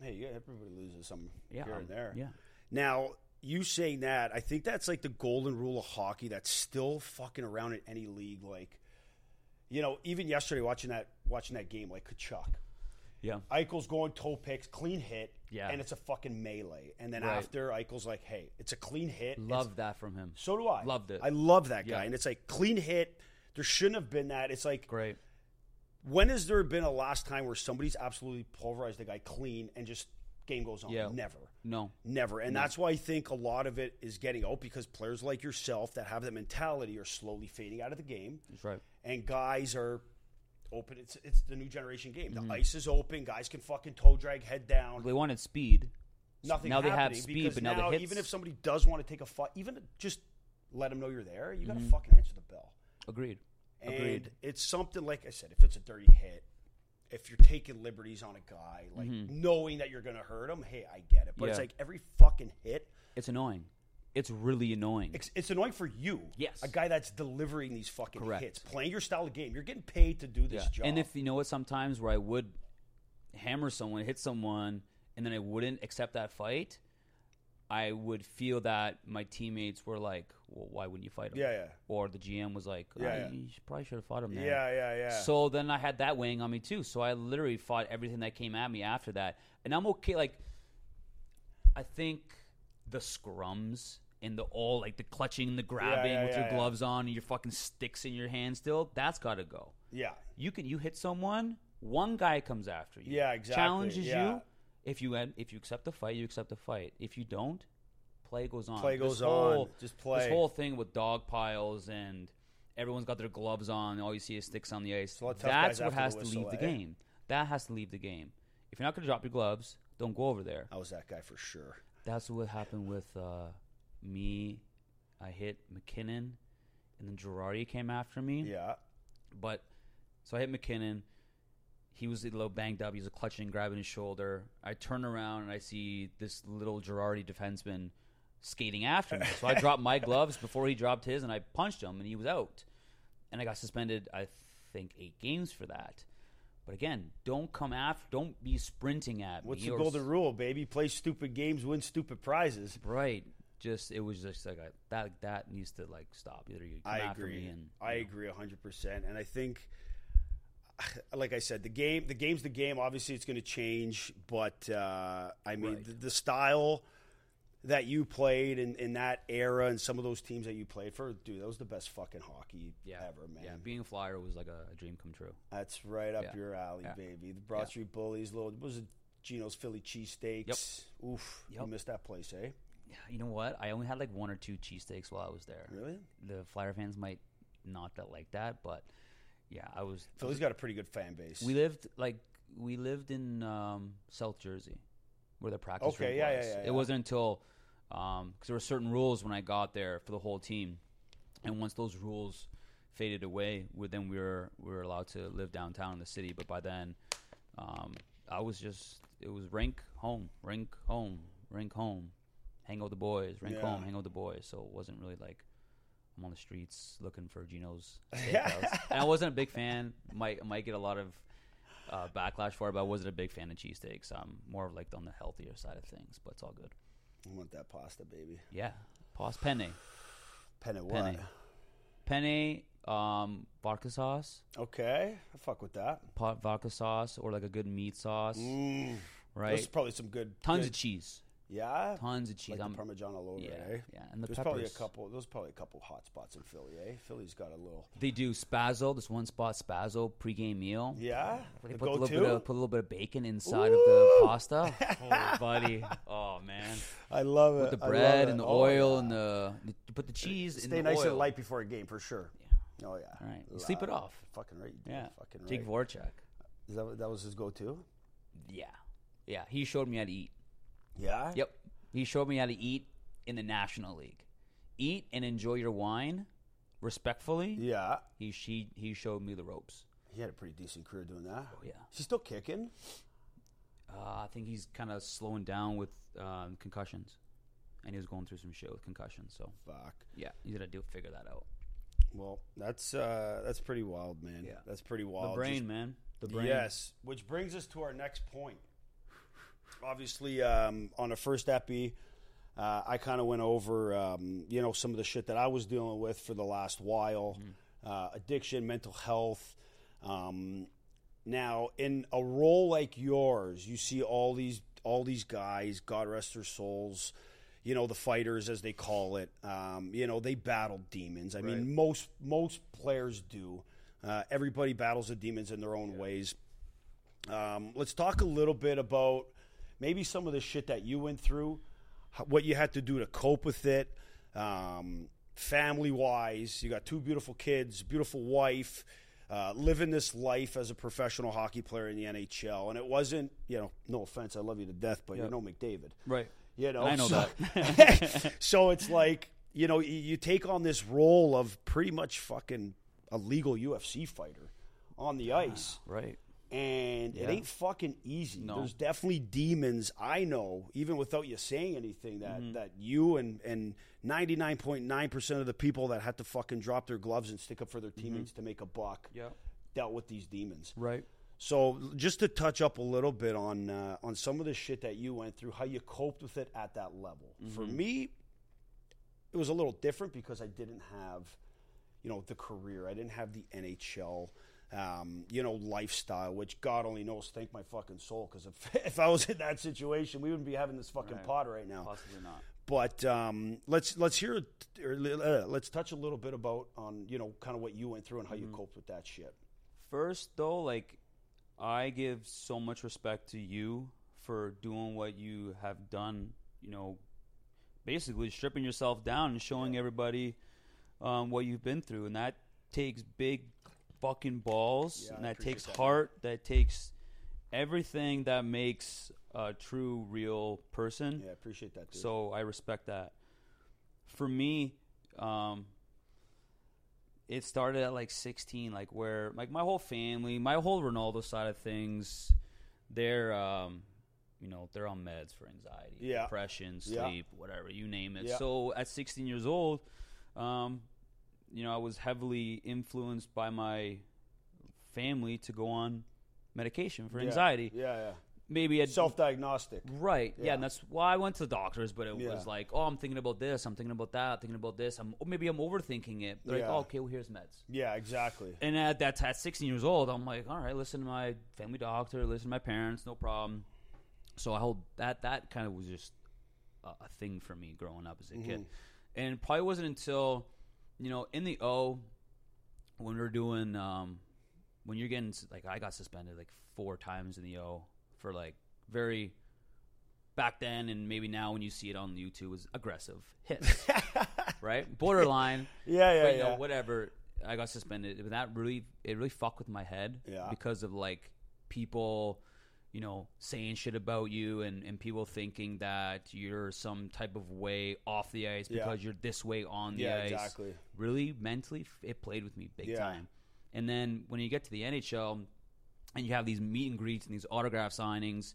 Speaker 1: Hey, you got- everybody loses some
Speaker 2: Yeah,
Speaker 1: here
Speaker 2: um,
Speaker 1: and there.
Speaker 2: yeah.
Speaker 1: Now, you saying that, I think that's like the golden rule of hockey that's still fucking around in any league. Like, you know, even yesterday watching that watching that game, like Kachuk,
Speaker 2: Yeah.
Speaker 1: Eichel's going toe picks, clean hit,
Speaker 2: Yeah.
Speaker 1: and it's a fucking melee. And then
Speaker 2: Right.
Speaker 1: after, Eichel's like, "Hey, it's a clean hit." It's-
Speaker 2: Love that from him.
Speaker 1: so do I.
Speaker 2: Loved it.
Speaker 1: I love that guy,
Speaker 2: Yeah.
Speaker 1: and it's like clean hit. There shouldn't have been that. It's like
Speaker 2: Great.
Speaker 1: when has there been a last time where somebody's absolutely pulverized a guy clean and just game goes on?
Speaker 2: Yeah.
Speaker 1: Never.
Speaker 2: No.
Speaker 1: Never. And that's why I think a lot of it is getting out because players like yourself that have that mentality are slowly fading out of the game
Speaker 2: That's right.
Speaker 1: and guys are open. It's it's the new generation game.
Speaker 2: Mm-hmm.
Speaker 1: The ice is open, guys can fucking toe drag head down.
Speaker 2: They wanted speed.
Speaker 1: Nothing
Speaker 2: Now they have
Speaker 1: happening
Speaker 2: speed,
Speaker 1: because
Speaker 2: but now, the hits.
Speaker 1: even if somebody does want to take a fight, even just let them know you're there, you gotta fucking answer the bell.
Speaker 2: agreed.
Speaker 1: And
Speaker 2: Mm-hmm. Agreed.
Speaker 1: it's something like I said, if it's a dirty hit, if you're taking liberties on a guy, like knowing that you're gonna hurt him, hey, I get it. But it's
Speaker 2: Mm-hmm. Yeah.
Speaker 1: like every fucking hit,
Speaker 2: It's annoying. It's really annoying.
Speaker 1: it's, it's annoying for you,
Speaker 2: Yes.
Speaker 1: a guy that's delivering these fucking
Speaker 2: Correct.
Speaker 1: hits, playing your style of game. You're getting paid to do this job.
Speaker 2: And if you know what, sometimes where I would hammer someone, hit someone, and then I wouldn't accept that fight, I would feel that my teammates were like, "Well, why wouldn't you fight him?"
Speaker 1: Yeah, yeah.
Speaker 2: Or the GM was like,
Speaker 1: Yeah,
Speaker 2: "Ah,
Speaker 1: yeah.
Speaker 2: "You should- probably should have fought him." There.
Speaker 1: yeah, yeah, yeah.
Speaker 2: So then I had that weighing on me too. So I literally fought everything that came at me after that, and I'm okay. Like, I think the scrums and the all like the clutching and the grabbing
Speaker 1: yeah,
Speaker 2: with
Speaker 1: yeah,
Speaker 2: your
Speaker 1: yeah.
Speaker 2: gloves on and your fucking sticks in your hand still, that's got to go.
Speaker 1: yeah,
Speaker 2: You can you hit someone, one guy comes after you.
Speaker 1: Yeah, exactly,
Speaker 2: Challenges
Speaker 1: yeah.
Speaker 2: you. If you en- if you accept the fight, you accept the fight. If you don't, play goes on.
Speaker 1: Play
Speaker 2: This
Speaker 1: goes
Speaker 2: whole-
Speaker 1: on. Just play.
Speaker 2: This whole thing with dog piles and everyone's got their gloves on. All you see is sticks on the ice.
Speaker 1: a lot of tough guys
Speaker 2: That's what
Speaker 1: after the
Speaker 2: has to
Speaker 1: whistle,
Speaker 2: leave the
Speaker 1: eh?
Speaker 2: game. That has to leave the game. If you're not going to drop your gloves, don't go over there.
Speaker 1: I was that guy for sure.
Speaker 2: That's what happened with uh, me. I hit McKinnon, and then Girardi came after me.
Speaker 1: Yeah,
Speaker 2: But so I hit McKinnon. He was a little banged up. He was clutching, grabbing his shoulder. I turn around and I see this little Girardi defenseman skating after me. So I dropped my gloves before he dropped his, and I punched him, and he was out. And I got suspended, I think, eight games for that. But again, don't come after. Don't be sprinting at
Speaker 1: what's
Speaker 2: me.
Speaker 1: the
Speaker 2: or
Speaker 1: golden rule, baby? Play stupid games, win stupid prizes.
Speaker 2: Right. Just it was just like a, that. That needs to like stop. Either you come
Speaker 1: I
Speaker 2: after
Speaker 1: agree.
Speaker 2: me and
Speaker 1: I agree hundred percent. And I think, like I said, the game, the game's the game. Obviously, it's going to change, but uh, I mean, the, the style that you played in, in that era and some of those teams that you played for, dude, that was the best fucking hockey
Speaker 2: yeah,
Speaker 1: ever, man.
Speaker 2: Yeah, being a flyer was like a, a dream come true.
Speaker 1: That's right up
Speaker 2: Yeah.
Speaker 1: your alley,
Speaker 2: Yeah.
Speaker 1: baby. The Broad Street Bullies, little what was it? Geno's Philly cheesesteaks. Oof,
Speaker 2: Yep.
Speaker 1: you missed that place, eh?
Speaker 2: You know what? I only had like one or two cheesesteaks while I was there.
Speaker 1: Really?
Speaker 2: The Flyer fans might not that like that, but yeah, I was.
Speaker 1: Philly's got a pretty good fan base.
Speaker 2: We lived like we lived in um, South Jersey, where the practice
Speaker 1: Okay,
Speaker 2: rink
Speaker 1: yeah, yeah,
Speaker 2: was.
Speaker 1: yeah, yeah.
Speaker 2: It wasn't until because there were certain rules when I got there for the whole team, and once those rules faded away, we- then we were we were allowed to live downtown in the city. But by then, um, I was just it was rink home, rink home, rink home, hang out with the boys, rink
Speaker 1: Yeah.
Speaker 2: home, hang out with the boys. So it wasn't really like I'm on the streets looking for Gino's.
Speaker 1: Yeah.
Speaker 2: Steakhouse. and I wasn't a big fan. Might might get a lot of uh, backlash for it, but I wasn't a big fan of cheesesteaks. I'm more of like on the healthier side of things, but it's all good.
Speaker 1: I want that pasta, baby.
Speaker 2: Yeah, pause penne,
Speaker 1: Penne what?
Speaker 2: penne, penne, um, vodka sauce,
Speaker 1: Okay, I fuck with that.
Speaker 2: pot vodka sauce, or like a good meat sauce,
Speaker 1: Mm.
Speaker 2: right?
Speaker 1: There's probably some good
Speaker 2: Tons
Speaker 1: good-
Speaker 2: of cheese,
Speaker 1: yeah,
Speaker 2: tons of cheese.
Speaker 1: like the
Speaker 2: I'm,
Speaker 1: Parmesan all over.
Speaker 2: yeah,
Speaker 1: eh?
Speaker 2: yeah, and the
Speaker 1: there's
Speaker 2: peppers.
Speaker 1: probably a couple. There's probably a couple hot spots in Philly. Eh? Philly's got a little.
Speaker 2: They do spazzo. This one spot spazzo pregame meal.
Speaker 1: Yeah,
Speaker 2: They
Speaker 1: the
Speaker 2: put a little
Speaker 1: go-to?
Speaker 2: bit of put a little bit of bacon inside of the pasta. Oh, buddy. Oh man.
Speaker 1: I love it.
Speaker 2: With the
Speaker 1: I love
Speaker 2: bread
Speaker 1: it.
Speaker 2: and the
Speaker 1: Oh,
Speaker 2: oil
Speaker 1: yeah.
Speaker 2: and the you put the cheese
Speaker 1: Stay
Speaker 2: in the
Speaker 1: nice
Speaker 2: oil.
Speaker 1: and light before a game for sure. Yeah. Oh yeah.
Speaker 2: All right. You sleep it
Speaker 1: Love
Speaker 2: off.
Speaker 1: Fucking right. you do.
Speaker 2: Yeah.
Speaker 1: Fucking right.
Speaker 2: Jake Vorchak.
Speaker 1: Is that, that was his go-to.
Speaker 2: Yeah. Yeah. He showed me how to eat.
Speaker 1: Yeah.
Speaker 2: Yep. He showed me how to eat in the National League. eat and enjoy your wine respectfully.
Speaker 1: Yeah.
Speaker 2: He she he showed me the ropes.
Speaker 1: He had a pretty decent career doing that.
Speaker 2: Oh, yeah.
Speaker 1: She's still kicking.
Speaker 2: Uh, I think he's kind of slowing down with um, concussions, and he was going through some shit with concussions. So
Speaker 1: Fuck.
Speaker 2: yeah, he's gonna do figure that out.
Speaker 1: Well, that's uh, that's pretty wild, man.
Speaker 2: Yeah.
Speaker 1: That's pretty wild.
Speaker 2: the brain,
Speaker 1: Just-
Speaker 2: man. The brain.
Speaker 1: Yes, which brings us to our next point. Obviously, um, on the first epi, uh, I kind of went over, um, you know, some of the shit that I was dealing with for the last while, uh, addiction, mental health. Um, now, in a role like yours, you see all these all these guys, God rest their souls. You know the fighters, as they call it. Um, you know they battle demons. I
Speaker 2: Right.
Speaker 1: mean, most most players do. Uh, everybody battles the demons in their own ways. Um, let's talk a little bit about maybe some of the shit that you went through, h- what you had to do to cope with it, um, family wise. You got two beautiful kids, beautiful wife, uh, living this life as a professional hockey player in the NHL. And it wasn't, you know, no offense, I love you to death, but
Speaker 2: Yeah.
Speaker 1: you're no McDavid.
Speaker 2: Right.
Speaker 1: You know,
Speaker 2: I know
Speaker 1: so, that. so it's like you know, you, you take on this role of pretty much fucking a legal UFC fighter on the ice
Speaker 2: Right.
Speaker 1: and it
Speaker 2: Yeah.
Speaker 1: ain't fucking easy.
Speaker 2: No.
Speaker 1: There's definitely demons I know, even without you saying anything, that
Speaker 2: Mm-hmm.
Speaker 1: that you and and 99.9% of the people that had to fucking drop their gloves and stick up for their
Speaker 2: Mm-hmm.
Speaker 1: teammates to make a buck
Speaker 2: Yeah.
Speaker 1: dealt with these demons.
Speaker 2: Right.
Speaker 1: So just to touch up a little bit on uh, on some of the shit that you went through, how you coped with it at that level.
Speaker 2: Mm-hmm.
Speaker 1: For me, it was a little different because I didn't have, you know, the career. I didn't have the NHL, um, you know, lifestyle. Which God only knows, thank my fucking soul, because if if I was in that situation, we wouldn't be having this fucking
Speaker 2: Right.
Speaker 1: pod right now.
Speaker 2: Possibly not.
Speaker 1: But um, let's let's hear or, uh, let's touch a little bit about on you know kind of what you went through and how
Speaker 2: Mm-hmm.
Speaker 1: you coped with that shit.
Speaker 2: First though, like I give so much respect to you for doing what you have done. You know, basically stripping yourself down and showing everybody um, what you've been through, and that takes big fucking balls,
Speaker 1: Yeah,
Speaker 2: and
Speaker 1: I
Speaker 2: that takes
Speaker 1: appreciate that, man.
Speaker 2: heart, that takes everything that makes a true, real person.
Speaker 1: Yeah, I appreciate that. Dude.
Speaker 2: So I respect that. For me, um, it started at like 16, like where like my whole family, my whole Ronaldo side of things, they're um, you know they're on meds for anxiety,
Speaker 1: Yeah.
Speaker 2: depression,
Speaker 1: Yeah.
Speaker 2: sleep, whatever you name it.
Speaker 1: Yeah.
Speaker 2: So at 16 years old, um, you know I was heavily influenced by my family to go on medication for
Speaker 1: Yeah,
Speaker 2: anxiety.
Speaker 1: Yeah, yeah.
Speaker 2: Maybe at
Speaker 1: Self-diagnostic.
Speaker 2: Right. Yeah.
Speaker 1: Yeah.
Speaker 2: and that's why I went to the doctors, but it
Speaker 1: Yeah.
Speaker 2: was like, oh, I'm thinking about this, I'm thinking about that, I'm thinking about this. I'm oh, maybe I'm overthinking it. They're like,
Speaker 1: Yeah.
Speaker 2: oh, okay, well here's meds.
Speaker 1: Yeah, exactly.
Speaker 2: And at that time, at 16 years old, I'm like, all right, listen to my family doctor, listen to my parents, no problem. So I hold that that kind of was just a, a thing for me growing up as a kid, and it probably wasn't until you know in the O when we were doing um, when you're getting s- like I got suspended like four times in the O for like very back then and maybe now when you see it on YouTube is aggressive hits, right? Borderline
Speaker 1: Yeah, yeah,
Speaker 2: but you
Speaker 1: yeah.
Speaker 2: know, whatever. I got suspended. But that really, it really fucked with my head.
Speaker 1: Yeah.
Speaker 2: Because of like people, you know, saying shit about you and and people thinking that you're some type of way off the ice
Speaker 1: Yeah.
Speaker 2: because you're this way on the
Speaker 1: Yeah,
Speaker 2: ice.
Speaker 1: exactly.
Speaker 2: Really mentally, f- it played with me big
Speaker 1: Yeah.
Speaker 2: time. And then when you get to the NHL, and you have these meet and greets and these autograph signings,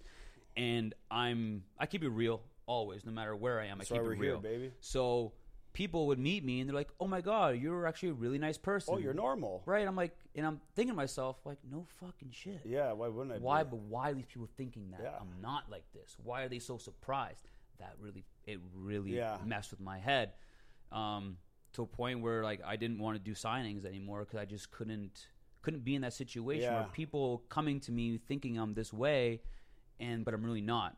Speaker 2: and I'm I keep it real always, no matter where I am. I
Speaker 1: why
Speaker 2: keep
Speaker 1: we're
Speaker 2: it
Speaker 1: here,
Speaker 2: real,
Speaker 1: baby.
Speaker 2: so people would meet me and they're like, "Oh my god, you're actually a really nice person."
Speaker 1: oh, you're normal.
Speaker 2: right. I'm like, and I'm thinking to myself, like, no fucking shit.
Speaker 1: Yeah, why wouldn't I? be?
Speaker 2: Why? But why are these people thinking that
Speaker 1: Yeah.
Speaker 2: I'm not like this? Why are they so surprised? That really, it really
Speaker 1: Yeah.
Speaker 2: messed with my head um, to a point where like I didn't want to do signings anymore because I just couldn't couldn't be in that situation where
Speaker 1: Yeah.
Speaker 2: people coming to me thinking I'm this way, and but I'm really not.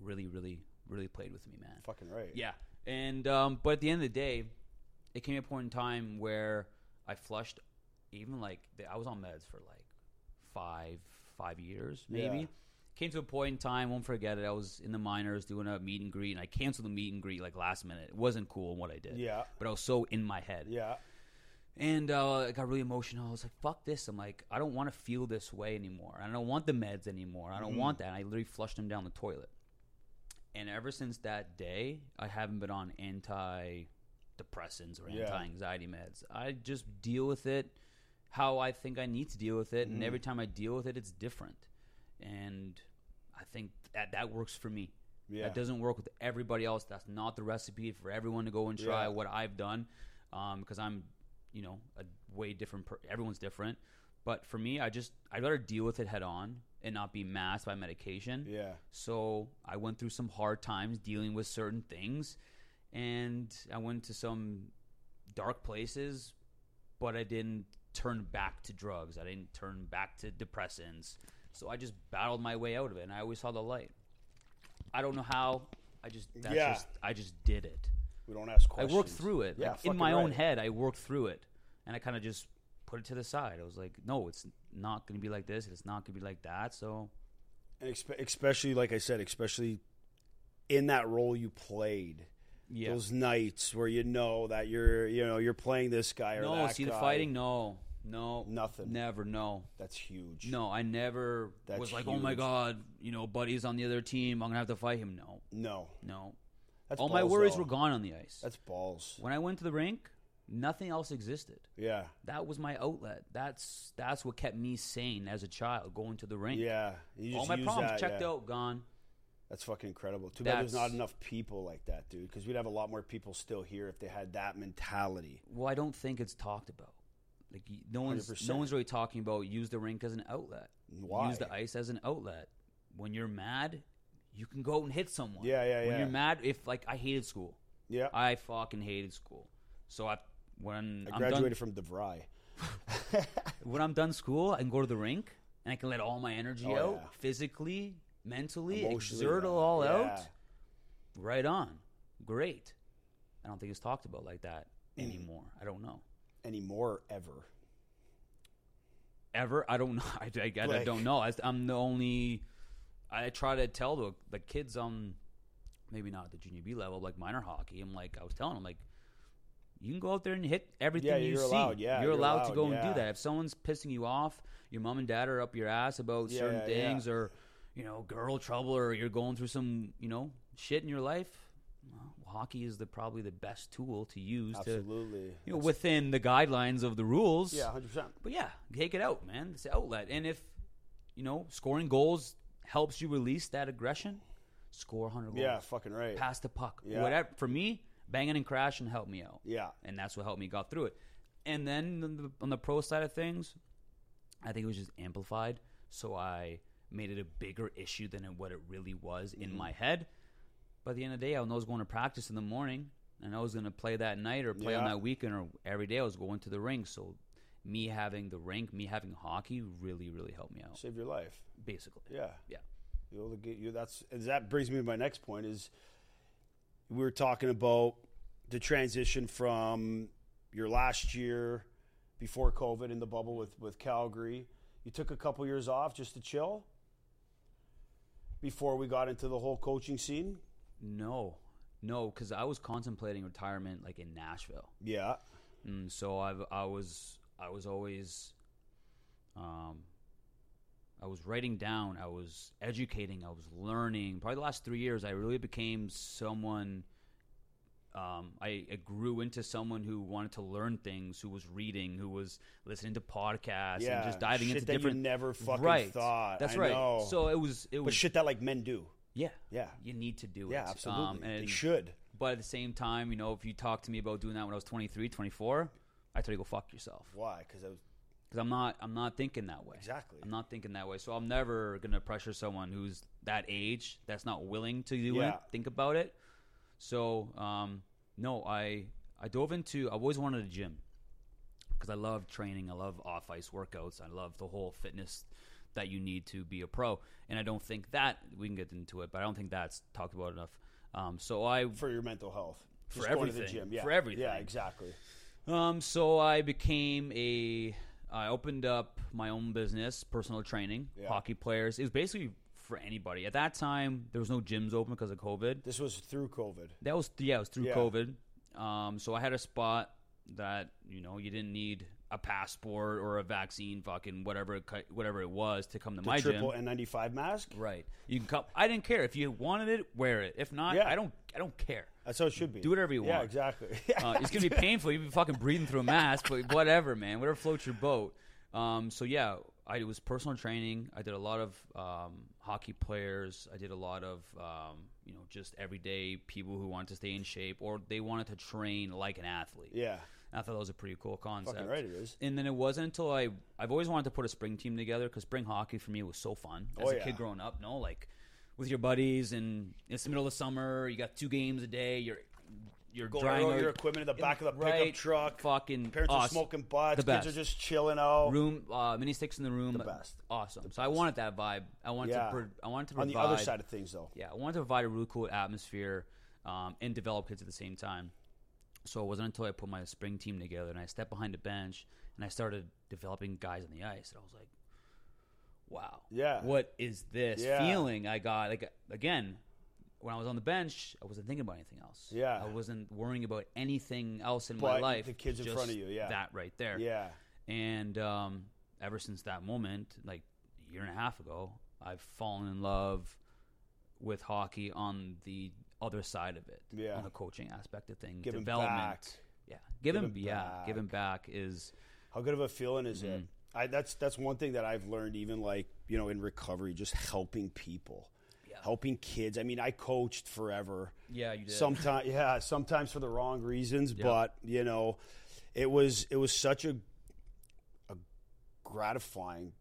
Speaker 2: Really, really, really played with me, man.
Speaker 1: Fucking right.
Speaker 2: Yeah, and um, but at the end of the day, it came a point in time where I flushed. Even like the, I was on meds for like five five years maybe.
Speaker 1: Yeah.
Speaker 2: Came to a point in time, won't forget it. I was in the minors doing a meet and greet, and I canceled the meet and greet like last minute. It wasn't cool what I did.
Speaker 1: Yeah.
Speaker 2: but I was so in my head.
Speaker 1: Yeah.
Speaker 2: And uh, I got really emotional. I was like, fuck this. I'm like, I don't want to feel this way anymore. I don't want the meds anymore. I don't want that. And I literally flushed them down the toilet. And ever since that day, I haven't been on anti depressants or
Speaker 1: Yeah.
Speaker 2: anti-anxiety meds. I just deal with it how I think I need to deal with it, and every time I deal with it, it's different. And I think that that works for me.
Speaker 1: Yeah.
Speaker 2: That doesn't work with everybody else. That's not the recipe for everyone to go and try
Speaker 1: Yeah.
Speaker 2: what I've done, because I'm, you know, a way different. Per- everyone's different, but for me, I just I'd rather deal with it head on and not be masked by medication.
Speaker 1: Yeah.
Speaker 2: So I went through some hard times dealing with certain things, and I went to some dark places, but I didn't turn back to drugs. I didn't turn back to depressants. So I just battled my way out of it, and I always saw the light. I don't know how. I just that's
Speaker 1: Yeah.
Speaker 2: just I just did it.
Speaker 1: We don't ask
Speaker 2: I
Speaker 1: questions.
Speaker 2: worked through it.
Speaker 1: Yeah,
Speaker 2: like, in
Speaker 1: fucking
Speaker 2: my own
Speaker 1: right.
Speaker 2: head, I worked through it, and I kind of just put it to the side. I was like, no, it's not going to be like this. It's not going to be like that. So
Speaker 1: and expe- especially like I said, especially in that role you played.
Speaker 2: yeah.
Speaker 1: Those nights where you know that you're, you know, you're playing this guy or
Speaker 2: No,
Speaker 1: that
Speaker 2: see
Speaker 1: guy.
Speaker 2: the fighting. No, no,
Speaker 1: Nothing.
Speaker 2: Never. No,
Speaker 1: That's huge.
Speaker 2: no. I never
Speaker 1: That's
Speaker 2: was like, oh my
Speaker 1: huge.
Speaker 2: god, you know, buddy's on the other team. I'm gonna have to fight him. No,
Speaker 1: no.
Speaker 2: no.
Speaker 1: That's
Speaker 2: All my
Speaker 1: balls,
Speaker 2: worries
Speaker 1: though.
Speaker 2: were gone on the ice.
Speaker 1: That's balls.
Speaker 2: when I went to the rink, nothing else existed.
Speaker 1: Yeah,
Speaker 2: That was my outlet. That's that's what kept me sane as a child, going to the rink.
Speaker 1: yeah. You
Speaker 2: All
Speaker 1: just
Speaker 2: my
Speaker 1: use
Speaker 2: problems
Speaker 1: that,
Speaker 2: checked
Speaker 1: yeah.
Speaker 2: out, gone.
Speaker 1: That's fucking incredible. Too bad there's
Speaker 2: That's-
Speaker 1: not enough people like that, dude. Because we'd have a lot more people still here if they had that mentality.
Speaker 2: Well, I don't think it's talked about. Like y- no one's no
Speaker 1: 100%.
Speaker 2: one's really talking about use the rink as an outlet.
Speaker 1: Why?
Speaker 2: Use the ice as an outlet. When you're mad, you can go out and hit someone.
Speaker 1: Yeah, yeah,
Speaker 2: When
Speaker 1: yeah.
Speaker 2: you're mad, if like I hated school,
Speaker 1: Yeah, I,
Speaker 2: I fucking hated school. So I when I am
Speaker 1: graduated from
Speaker 2: done
Speaker 1: DeVry.
Speaker 2: when I'm done school, I can go to the rink and I can let all my energy
Speaker 1: Oh,
Speaker 2: out
Speaker 1: yeah.
Speaker 2: physically, mentally,
Speaker 1: Emotionally,
Speaker 2: exert it
Speaker 1: yeah.
Speaker 2: all out.
Speaker 1: Yeah.
Speaker 2: Right on. Great. I don't think it's talked about like that
Speaker 1: Mm.
Speaker 2: anymore. I don't know.
Speaker 1: Anymore, ever.
Speaker 2: ever. I don't know. I, I, I
Speaker 1: Like-
Speaker 2: don't know. I, I'm the only. I try to tell the the kids on, maybe not at the junior B level, like minor hockey. I'm like I was telling them like, you can go out there and hit everything
Speaker 1: Yeah,
Speaker 2: you
Speaker 1: you're
Speaker 2: see.
Speaker 1: allowed. Yeah,
Speaker 2: you're,
Speaker 1: you're
Speaker 2: allowed, to
Speaker 1: allowed.
Speaker 2: go and
Speaker 1: Yeah.
Speaker 2: do that. If someone's pissing you off, your mom and dad are up your ass about
Speaker 1: Yeah,
Speaker 2: certain
Speaker 1: yeah.
Speaker 2: things, or you know, girl trouble, or you're going through some you know shit in your life. well, hockey is the probably the best tool to use to
Speaker 1: Absolutely.
Speaker 2: you know within the guidelines of the rules.
Speaker 1: Yeah, hundred percent.
Speaker 2: But yeah, take it out, man. It's an outlet. And if you know scoring goals helps you release that aggression, score 100 goals.
Speaker 1: Yeah, fucking right.
Speaker 2: pass the puck.
Speaker 1: Yeah.
Speaker 2: Whatever. For me, banging and crashing helped me out,
Speaker 1: Yeah,
Speaker 2: and that's what helped me got through it. And then on the, on the pro side of things, I think it was just amplified. So I made it a bigger issue than it- what it really was in my head. By the end of the day, I was going to practice in the morning, and I was going to play that night or play on
Speaker 1: Yeah.
Speaker 2: that weekend or every day. I was going to the rink. So me having the rink, me having hockey, really, really helped me out.
Speaker 1: save your life.
Speaker 2: Basically,
Speaker 1: Yeah,
Speaker 2: yeah,
Speaker 1: you able to get you. That's and that brings me to my next point is we were talking about the transition from your last year before COVID in the bubble with with Calgary. You took a couple years off just to chill before we got into the whole coaching scene.
Speaker 2: no, no, because I was contemplating retirement like in Nashville.
Speaker 1: Yeah,
Speaker 2: and Mm, so I've I was I was always, um, I was writing down, I was educating, I was learning. Probably the last three years, I really became someone. Um, I, I grew into someone who wanted to learn things, who was reading, who was listening to podcasts,
Speaker 1: yeah.
Speaker 2: and just diving
Speaker 1: shit
Speaker 2: into
Speaker 1: that
Speaker 2: different.
Speaker 1: You never fucking
Speaker 2: right,
Speaker 1: thought.
Speaker 2: that's
Speaker 1: I
Speaker 2: right.
Speaker 1: know.
Speaker 2: So it was it
Speaker 1: but
Speaker 2: was
Speaker 1: shit that like men do.
Speaker 2: yeah
Speaker 1: Yeah.
Speaker 2: you need to do it
Speaker 1: Yeah, absolutely.
Speaker 2: um, and
Speaker 1: they should.
Speaker 2: but at the same time you know if you talk to me about doing that when I was 23, 24, I tell you go fuck yourself
Speaker 1: Why? Because I was
Speaker 2: because I'm not I'm not thinking that way.
Speaker 1: Exactly.
Speaker 2: I'm not thinking that way. So I'm never gonna pressure someone who's that age that's not willing to do it.
Speaker 1: Yeah.
Speaker 2: Think about it. So um, no, I I dove into. I always wanted a gym because I love training. I love off ice workouts. I love the whole fitness that you need to be a pro. And I don't think that we can get into it, but I don't think that's talked about enough. Um, so I
Speaker 1: for your mental health.
Speaker 2: For
Speaker 1: Just going to the
Speaker 2: everything.
Speaker 1: gym. Yeah.
Speaker 2: For everything.
Speaker 1: Yeah, exactly.
Speaker 2: Um, so I became a. I opened up my own business, personal training,
Speaker 1: Yeah.
Speaker 2: hockey players. It was basically for anybody. At that time, there was no gyms open because of COVID.
Speaker 1: This was through COVID.
Speaker 2: That was yeah, it was through
Speaker 1: Yeah.
Speaker 2: COVID. Um, so I had a spot that you know you didn't need a passport or a vaccine, fucking whatever, it cu- whatever it was, to come to
Speaker 1: The
Speaker 2: my
Speaker 1: triple
Speaker 2: gym.
Speaker 1: N95 mask.
Speaker 2: Right. You can come. I didn't care if you wanted it, wear it. If not,
Speaker 1: Yeah.
Speaker 2: I don't. I don't care.
Speaker 1: That's how Uh, it should be.
Speaker 2: Do whatever you
Speaker 1: Yeah,
Speaker 2: want.
Speaker 1: exactly.
Speaker 2: Uh, it's gonna be painful. You'll be fucking breathing through a mask, but whatever, man. Whatever floats your boat. Um, so yeah, I it was personal training. I did a lot of um, hockey players. I did a lot of um, you know just everyday people who wanted to stay in shape or they wanted to train like an athlete.
Speaker 1: yeah.
Speaker 2: I thought that was a pretty cool concept.
Speaker 1: Fucking right it is.
Speaker 2: And then it wasn't until I I've always wanted to put a spring team together because spring hockey for me was so fun as
Speaker 1: Oh,
Speaker 2: a
Speaker 1: yeah.
Speaker 2: kid growing up. No, like with your buddies and it's the middle of summer. You got two games a day. You're you're
Speaker 1: Go
Speaker 2: drying
Speaker 1: throw
Speaker 2: out-
Speaker 1: your equipment in the back of the pickup
Speaker 2: right,
Speaker 1: truck.
Speaker 2: Fucking
Speaker 1: Parents are
Speaker 2: awesome.
Speaker 1: smoking butts.
Speaker 2: The best.
Speaker 1: Kids are just chilling out.
Speaker 2: room uh, mini sticks in the room.
Speaker 1: The best.
Speaker 2: Awesome. so I wanted that vibe. I wanted
Speaker 1: Yeah.
Speaker 2: to. Pro- I wanted to
Speaker 1: On
Speaker 2: provide
Speaker 1: the other side of things, though.
Speaker 2: yeah, I wanted to provide a really cool atmosphere um, and develop kids at the same time. So it wasn't until I put my spring team together and I stepped behind the bench and I started developing guys on the ice, and I was like, "Wow,
Speaker 1: Yeah.
Speaker 2: what is this
Speaker 1: Yeah.
Speaker 2: feeling I got?" Like again, when I was on the bench, I wasn't thinking about anything else.
Speaker 1: Yeah.
Speaker 2: I wasn't worrying about anything else in my
Speaker 1: But
Speaker 2: life.
Speaker 1: the kids in front
Speaker 2: just
Speaker 1: of you, yeah.
Speaker 2: that right there.
Speaker 1: Yeah.
Speaker 2: And um, ever since that moment, like a year and a half ago, I've fallen in love with hockey on the other side of it,
Speaker 1: Yeah.
Speaker 2: on the coaching aspect of things,
Speaker 1: Giving
Speaker 2: development.
Speaker 1: back.
Speaker 2: Yeah, giving,
Speaker 1: Giving
Speaker 2: yeah,
Speaker 1: back.
Speaker 2: giving back is
Speaker 1: How good of a feeling is it?
Speaker 2: Mm-hmm.
Speaker 1: I, that's that's one thing that I've learned, even like you know, in recovery, just helping people, helping kids. I mean, I coached forever.
Speaker 2: Yeah, you did.
Speaker 1: Sometimes, yeah, sometimes for the wrong reasons, but you know, it was it was such a a gratifying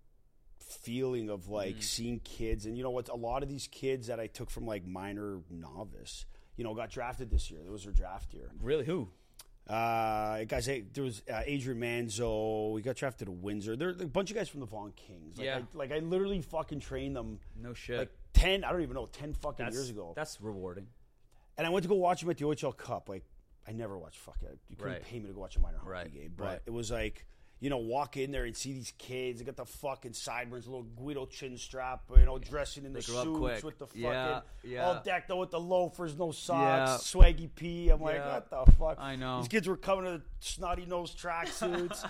Speaker 1: feeling of like
Speaker 2: Mm.
Speaker 1: seeing kids, and you know what? A lot of these kids that I took from like minor novice, you know, got drafted this year. That was their draft year.
Speaker 2: really who.
Speaker 1: Uh, guys, eh, there was uh, Adrian Manzo. We got drafted to Windsor. There, there are a bunch of guys from the Vaughn Kings. Like,
Speaker 2: Yeah.
Speaker 1: I, like I literally fucking trained them.
Speaker 2: No shit.
Speaker 1: Like ten, I don't even know, ten fucking
Speaker 2: That's-
Speaker 1: years ago.
Speaker 2: That's rewarding.
Speaker 1: And I went to go watch them at the OHL Cup. Like I never watched fuck it. You couldn't
Speaker 2: Right.
Speaker 1: pay me to go watch a minor hockey
Speaker 2: Right,
Speaker 1: game, but
Speaker 2: right.
Speaker 1: it was like. You know, walk in there and see these kids. They got the fucking sideburns, little Guido chin strap. You know, dressing in the
Speaker 2: grow up
Speaker 1: suits
Speaker 2: quick.
Speaker 1: with the fucking
Speaker 2: Yeah, yeah.
Speaker 1: all decked out with the loafers, no
Speaker 2: Yeah.
Speaker 1: socks, swaggy P. I'm like,
Speaker 2: Yeah.
Speaker 1: what the fuck?
Speaker 2: I know.
Speaker 1: These kids were coming to the snotty nose tracksuits.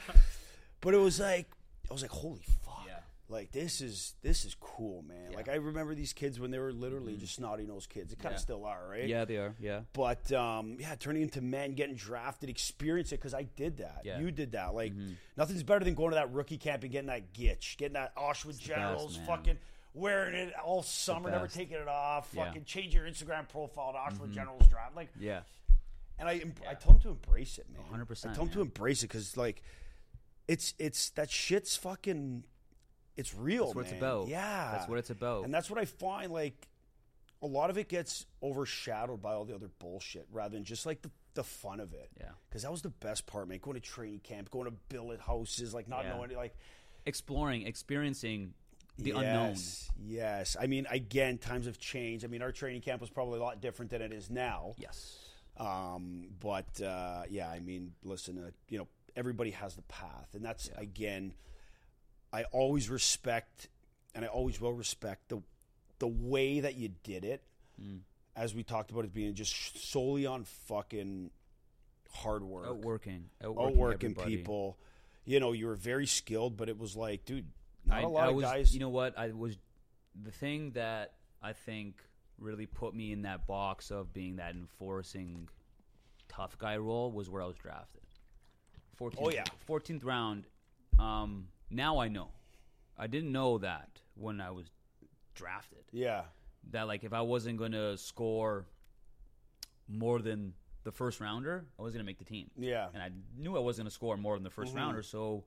Speaker 1: but it was like I was like, holy fuck.
Speaker 2: Yeah.
Speaker 1: Like this is this is cool, man. Like I remember these kids when they were literally just snotty nosed kids. They kind of
Speaker 2: Mm-hmm. Yeah.
Speaker 1: still are, right?
Speaker 2: Yeah, they are. Yeah,
Speaker 1: But um, yeah, turning into men, getting drafted, experience it because I did that.
Speaker 2: Yeah. Mm-hmm.
Speaker 1: You did that. Like nothing's better than going to that rookie camp and getting that gitch, getting that Auschwitz Generals,
Speaker 2: man.
Speaker 1: fucking wearing it all summer, never
Speaker 2: best.
Speaker 1: taking it off.
Speaker 2: Yeah. Mm-hmm.
Speaker 1: Fucking change your Instagram profile to Auschwitz Generals draft. Like
Speaker 2: yeah,
Speaker 1: and I I tell them to embrace it, man.
Speaker 2: 100%,
Speaker 1: I tell them to
Speaker 2: man.
Speaker 1: embrace it because like, it's it's that shit's fucking, it's real.
Speaker 2: That's what it's
Speaker 1: Oh, man.
Speaker 2: about.
Speaker 1: Yeah,
Speaker 2: That's what it's about.
Speaker 1: And that's what I find like, a lot of it gets overshadowed by all the other bullshit rather than just like the the fun of it.
Speaker 2: Yeah.
Speaker 1: because that was the best part, man. Going to training camp, going to billet houses, like not
Speaker 2: Yeah.
Speaker 1: knowing like
Speaker 2: exploring, experiencing the unknown.
Speaker 1: yes, unknown. Yes, I mean again, times have changed. I mean our training camp was probably a lot different than it is now.
Speaker 2: Yes,
Speaker 1: Um, but uh, yeah, I mean, listen, uh, you know, everybody has the path, and that's again, I always respect, and I always will respect the the way that you did it.
Speaker 2: Mm.
Speaker 1: As we talked about it being just solely on fucking hard work,
Speaker 2: outworking, outworking,
Speaker 1: outworking
Speaker 2: everybody.
Speaker 1: people. You know, you were very skilled, but it was like, dude, not
Speaker 2: I-
Speaker 1: a lot
Speaker 2: I
Speaker 1: of
Speaker 2: was,
Speaker 1: guys.
Speaker 2: You know what? I was the thing that I think really put me in that box of being that enforcing tough guy role was where I was drafted. 14th,
Speaker 1: Oh, yeah.
Speaker 2: 14th round. Um, now I know. I didn't know that when I was drafted.
Speaker 1: yeah,
Speaker 2: That like if I wasn't going to score more than the first rounder, I was going to make the team
Speaker 1: yeah, Mm-hmm.
Speaker 2: and I knew I wasn't going to score more than the 1st rounder. So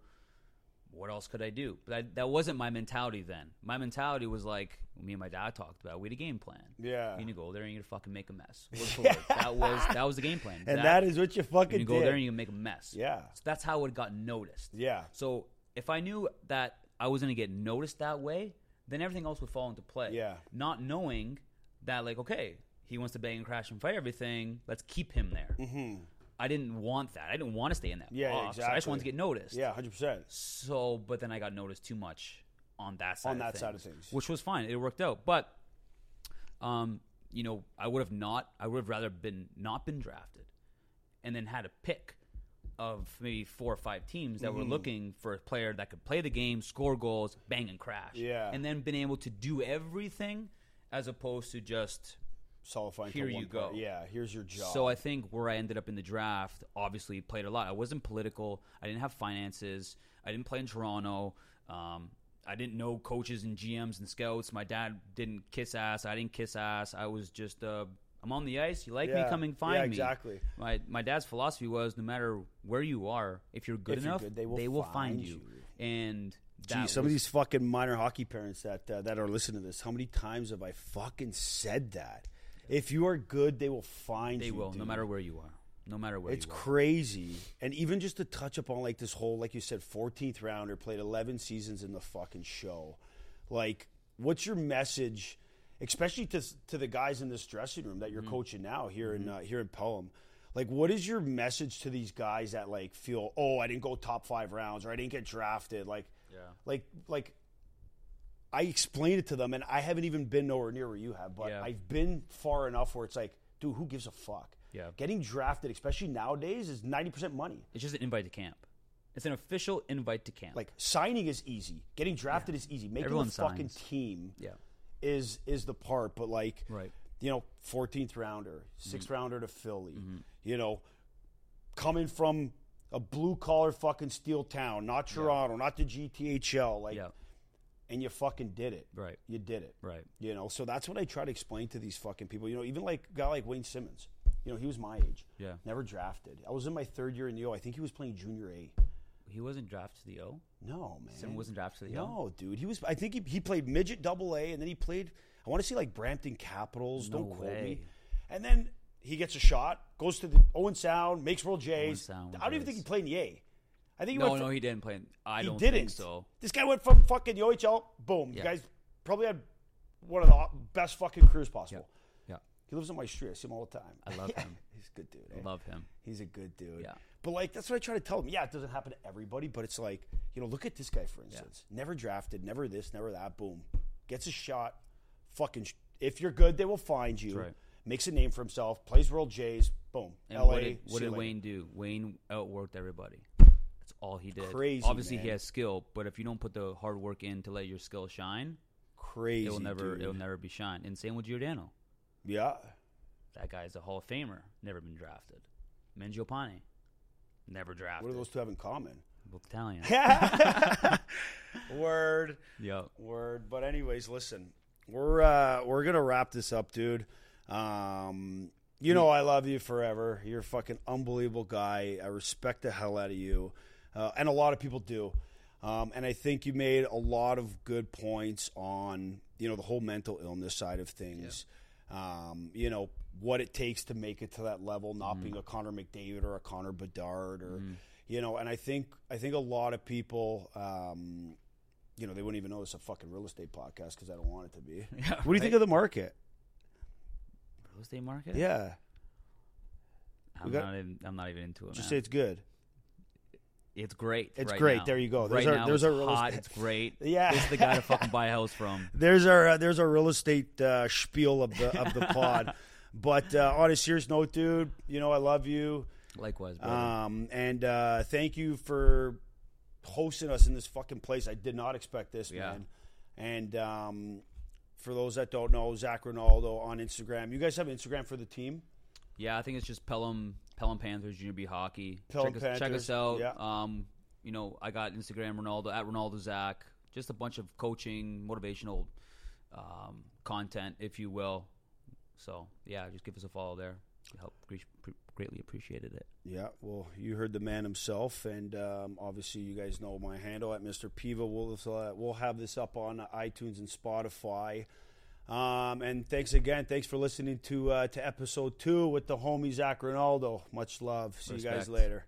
Speaker 2: what else could I do? But I, that wasn't my mentality then. My mentality was like me and my dad talked about. We had a game plan.
Speaker 1: yeah.
Speaker 2: You're gonna go there and you're gonna fucking make a mess. Word for word. That was that was the game plan.
Speaker 1: and that is what you
Speaker 2: you're
Speaker 1: fucking
Speaker 2: gonna go
Speaker 1: did.
Speaker 2: there and you're gonna make a mess.
Speaker 1: Yeah.
Speaker 2: So that's how it got noticed.
Speaker 1: yeah,
Speaker 2: So if I knew that I was going to get noticed that way, then everything else would fall into play.
Speaker 1: Yeah.
Speaker 2: Not knowing that, like, okay, he wants to bang and crash and fight everything. Let's keep him there. Mm-hmm. I didn't want that. I didn't want to stay in that
Speaker 1: Yeah,
Speaker 2: box. I just wanted to
Speaker 1: exactly.
Speaker 2: get noticed.
Speaker 1: yeah, hundred percent.
Speaker 2: So, but then I got noticed too much on that side
Speaker 1: On
Speaker 2: of
Speaker 1: that
Speaker 2: things,
Speaker 1: side of things.
Speaker 2: which was fine. It worked out, but um, you know, I would have not. I would have rather been not been drafted, and then had a pick of maybe four or five teams that were
Speaker 1: Mm-hmm.
Speaker 2: looking for a player that could play the game, score goals, bang and crash.
Speaker 1: Yeah.
Speaker 2: And then been able to do everything as opposed to just
Speaker 1: solidifying. to
Speaker 2: Here you
Speaker 1: one player.
Speaker 2: go.
Speaker 1: Yeah, here's your job.
Speaker 2: so I think where I ended up in the draft, obviously played a lot. I wasn't political. I didn't have finances. I didn't play in Toronto. Um, I didn't know coaches and GMs and scouts. My dad didn't kiss ass. I didn't kiss ass. I was just uh, I'm on the ice. You like
Speaker 1: Yeah.
Speaker 2: me? Come and
Speaker 1: Yeah,
Speaker 2: find me.
Speaker 1: exactly.
Speaker 2: My my dad's philosophy was no matter where you are, if you're good
Speaker 1: If you're
Speaker 2: enough,
Speaker 1: good,
Speaker 2: they will, find, you. And
Speaker 1: Gee,
Speaker 2: that
Speaker 1: some
Speaker 2: was-
Speaker 1: of these fucking minor hockey parents that uh, that are listening to this, how many times have I fucking said that? If you are good, they will find
Speaker 2: they
Speaker 1: you.
Speaker 2: will, no
Speaker 1: dude.
Speaker 2: matter where you are, no matter where
Speaker 1: It's
Speaker 2: you are.
Speaker 1: crazy. And even just to touch upon like this whole, like you said, 14th rounder played 11 seasons in the fucking show. Like, what's your message, especially to to the guys in this dressing room that you're
Speaker 2: Mm-hmm.
Speaker 1: coaching now here in uh, here in Pelham? Like, what is your message to these guys that like feel, oh, I didn't go top five rounds or I didn't get drafted? Like,
Speaker 2: Yeah.
Speaker 1: like, like. I explained it to them, and I haven't even been nowhere near where you have, but
Speaker 2: Yeah.
Speaker 1: I've been far enough where it's like, dude, who gives a fuck?
Speaker 2: Yeah.
Speaker 1: Getting drafted, especially nowadays, is 90% money.
Speaker 2: It's just an invite to camp. It's an official invite to camp.
Speaker 1: Like signing is easy. Getting drafted is easy. Making
Speaker 2: Everyone
Speaker 1: the fucking
Speaker 2: signs.
Speaker 1: team
Speaker 2: yeah.
Speaker 1: is is the part, but like
Speaker 2: Right. Mm-hmm.
Speaker 1: you know, 14th rounder, 6th rounder to Philly. You know, coming from a blue collar fucking steel town, not Toronto, not the GTHL, like
Speaker 2: Yeah.
Speaker 1: and you fucking did it.
Speaker 2: Right.
Speaker 1: You did it.
Speaker 2: Right.
Speaker 1: You know, so that's what I try to explain to these fucking people. You know, even like a guy like Wayne Simmons. You know, he was my age.
Speaker 2: Yeah.
Speaker 1: Never drafted. I was in my third year in the O. I think he was playing junior A.
Speaker 2: He wasn't drafted to the O.
Speaker 1: No, man.
Speaker 2: Sim wasn't drafted to the O.
Speaker 1: Mm. no, dude. He was. I think he, he played midget double A, and then he played. I want to see like Brampton Capitals.
Speaker 2: No
Speaker 1: Don't quote me.
Speaker 2: way.
Speaker 1: And then he gets a shot, goes to the Owen Sound, makes World J's.
Speaker 2: Sound
Speaker 1: I don't even
Speaker 2: Jays.
Speaker 1: think he played in the A. I think he
Speaker 2: No,
Speaker 1: went.
Speaker 2: no,
Speaker 1: from-
Speaker 2: he didn't play. in- I
Speaker 1: he
Speaker 2: don't
Speaker 1: didn't.
Speaker 2: think so.
Speaker 1: This guy went from fucking the OHL. Boom.
Speaker 2: Yeah.
Speaker 1: You guys probably had one of the best fucking careers possible.
Speaker 2: Yeah,
Speaker 1: He lives on my street. I see him all the time.
Speaker 2: I love him.
Speaker 1: He's a good dude. eh?
Speaker 2: love him.
Speaker 1: He's a good dude.
Speaker 2: Yeah.
Speaker 1: But like that's what I try to tell him. Yeah, it doesn't happen to everybody, but it's like, you know, look at this guy for instance. Never drafted, never this, never that. Boom. Gets a shot. Fucking sh- if you're good, they will find you.
Speaker 2: right.
Speaker 1: Makes a name for himself, plays World Jays, boom.
Speaker 2: And
Speaker 1: LA.
Speaker 2: what did,
Speaker 1: see
Speaker 2: what
Speaker 1: you
Speaker 2: did
Speaker 1: later.
Speaker 2: Wayne do? Wayne outworked everybody. That's all he did.
Speaker 1: Crazy,
Speaker 2: Obviously, he
Speaker 1: man.
Speaker 2: has skill, but if you don't put the hard work in to let your skill shine,
Speaker 1: Crazy.
Speaker 2: it will never
Speaker 1: dude.
Speaker 2: it will never be shine. And same with Giordano.
Speaker 1: Yeah.
Speaker 2: That guy's a Hall of Famer. Never been drafted. Mangiopane, never drafted.
Speaker 1: What do those two have in common?
Speaker 2: Both Italian.
Speaker 1: Word.
Speaker 2: yeah.
Speaker 1: Word. But anyways, listen, we're uh, we're gonna wrap this up, dude. Um, you know I love you forever. You're a fucking unbelievable guy. I respect the hell out of you, uh, and a lot of people do. Um, and I think you made a lot of good points on you know the whole mental illness side of things. Um, you know what it takes to make it to that level, not being a Connor McDavid or a Connor Bedard or you know. And I think I think a lot of people. Um, you know, they wouldn't even know it's a fucking real estate podcast because I don't want it to be.
Speaker 2: Yeah,
Speaker 1: what do you think of the market?
Speaker 2: Real estate market?
Speaker 1: Yeah,
Speaker 2: I'm
Speaker 1: we got-
Speaker 2: not. Even, I'm not even into it.
Speaker 1: just say
Speaker 2: man.
Speaker 1: it's good.
Speaker 2: It's great.
Speaker 1: It's
Speaker 2: right
Speaker 1: great.
Speaker 2: now.
Speaker 1: There you go. There's
Speaker 2: right
Speaker 1: our-
Speaker 2: now,
Speaker 1: there's our
Speaker 2: it's
Speaker 1: real
Speaker 2: hot.
Speaker 1: estate.
Speaker 2: It's great.
Speaker 1: Yeah.
Speaker 2: This is the guy to fucking buy a house from.
Speaker 1: There's our uh, there's our real estate uh, spiel of the of the pod. But uh, on a serious note, dude, you know I love you,
Speaker 2: Likewise, brother.
Speaker 1: um, and uh, thank you for hosting us in this fucking place. I did not expect this,
Speaker 2: Yeah.
Speaker 1: man. And um, for those that don't know, Zach Ronaldo on Instagram. You guys have Instagram for the team.
Speaker 2: yeah, I think it's just Pelham Pelham Panthers Junior B Hockey.
Speaker 1: Pelham
Speaker 2: check, us, check
Speaker 1: Panthers,
Speaker 2: us out.
Speaker 1: yeah.
Speaker 2: Um, you know, I got Instagram Ronaldo at Ronaldo Zach. Just a bunch of coaching, motivational um, content, if you will. So yeah, just give us a follow there. Help gre- pre- greatly appreciated it.
Speaker 1: Yeah, well, you heard the man himself, and um, obviously you guys know my handle at Mr. Piva. We'll uh, we'll have this up on iTunes and Spotify. Um, and thanks again. Thanks for listening to uh, to episode two with the homie Zach Ronaldo. Much love. See you guys
Speaker 2: Respect.
Speaker 1: later.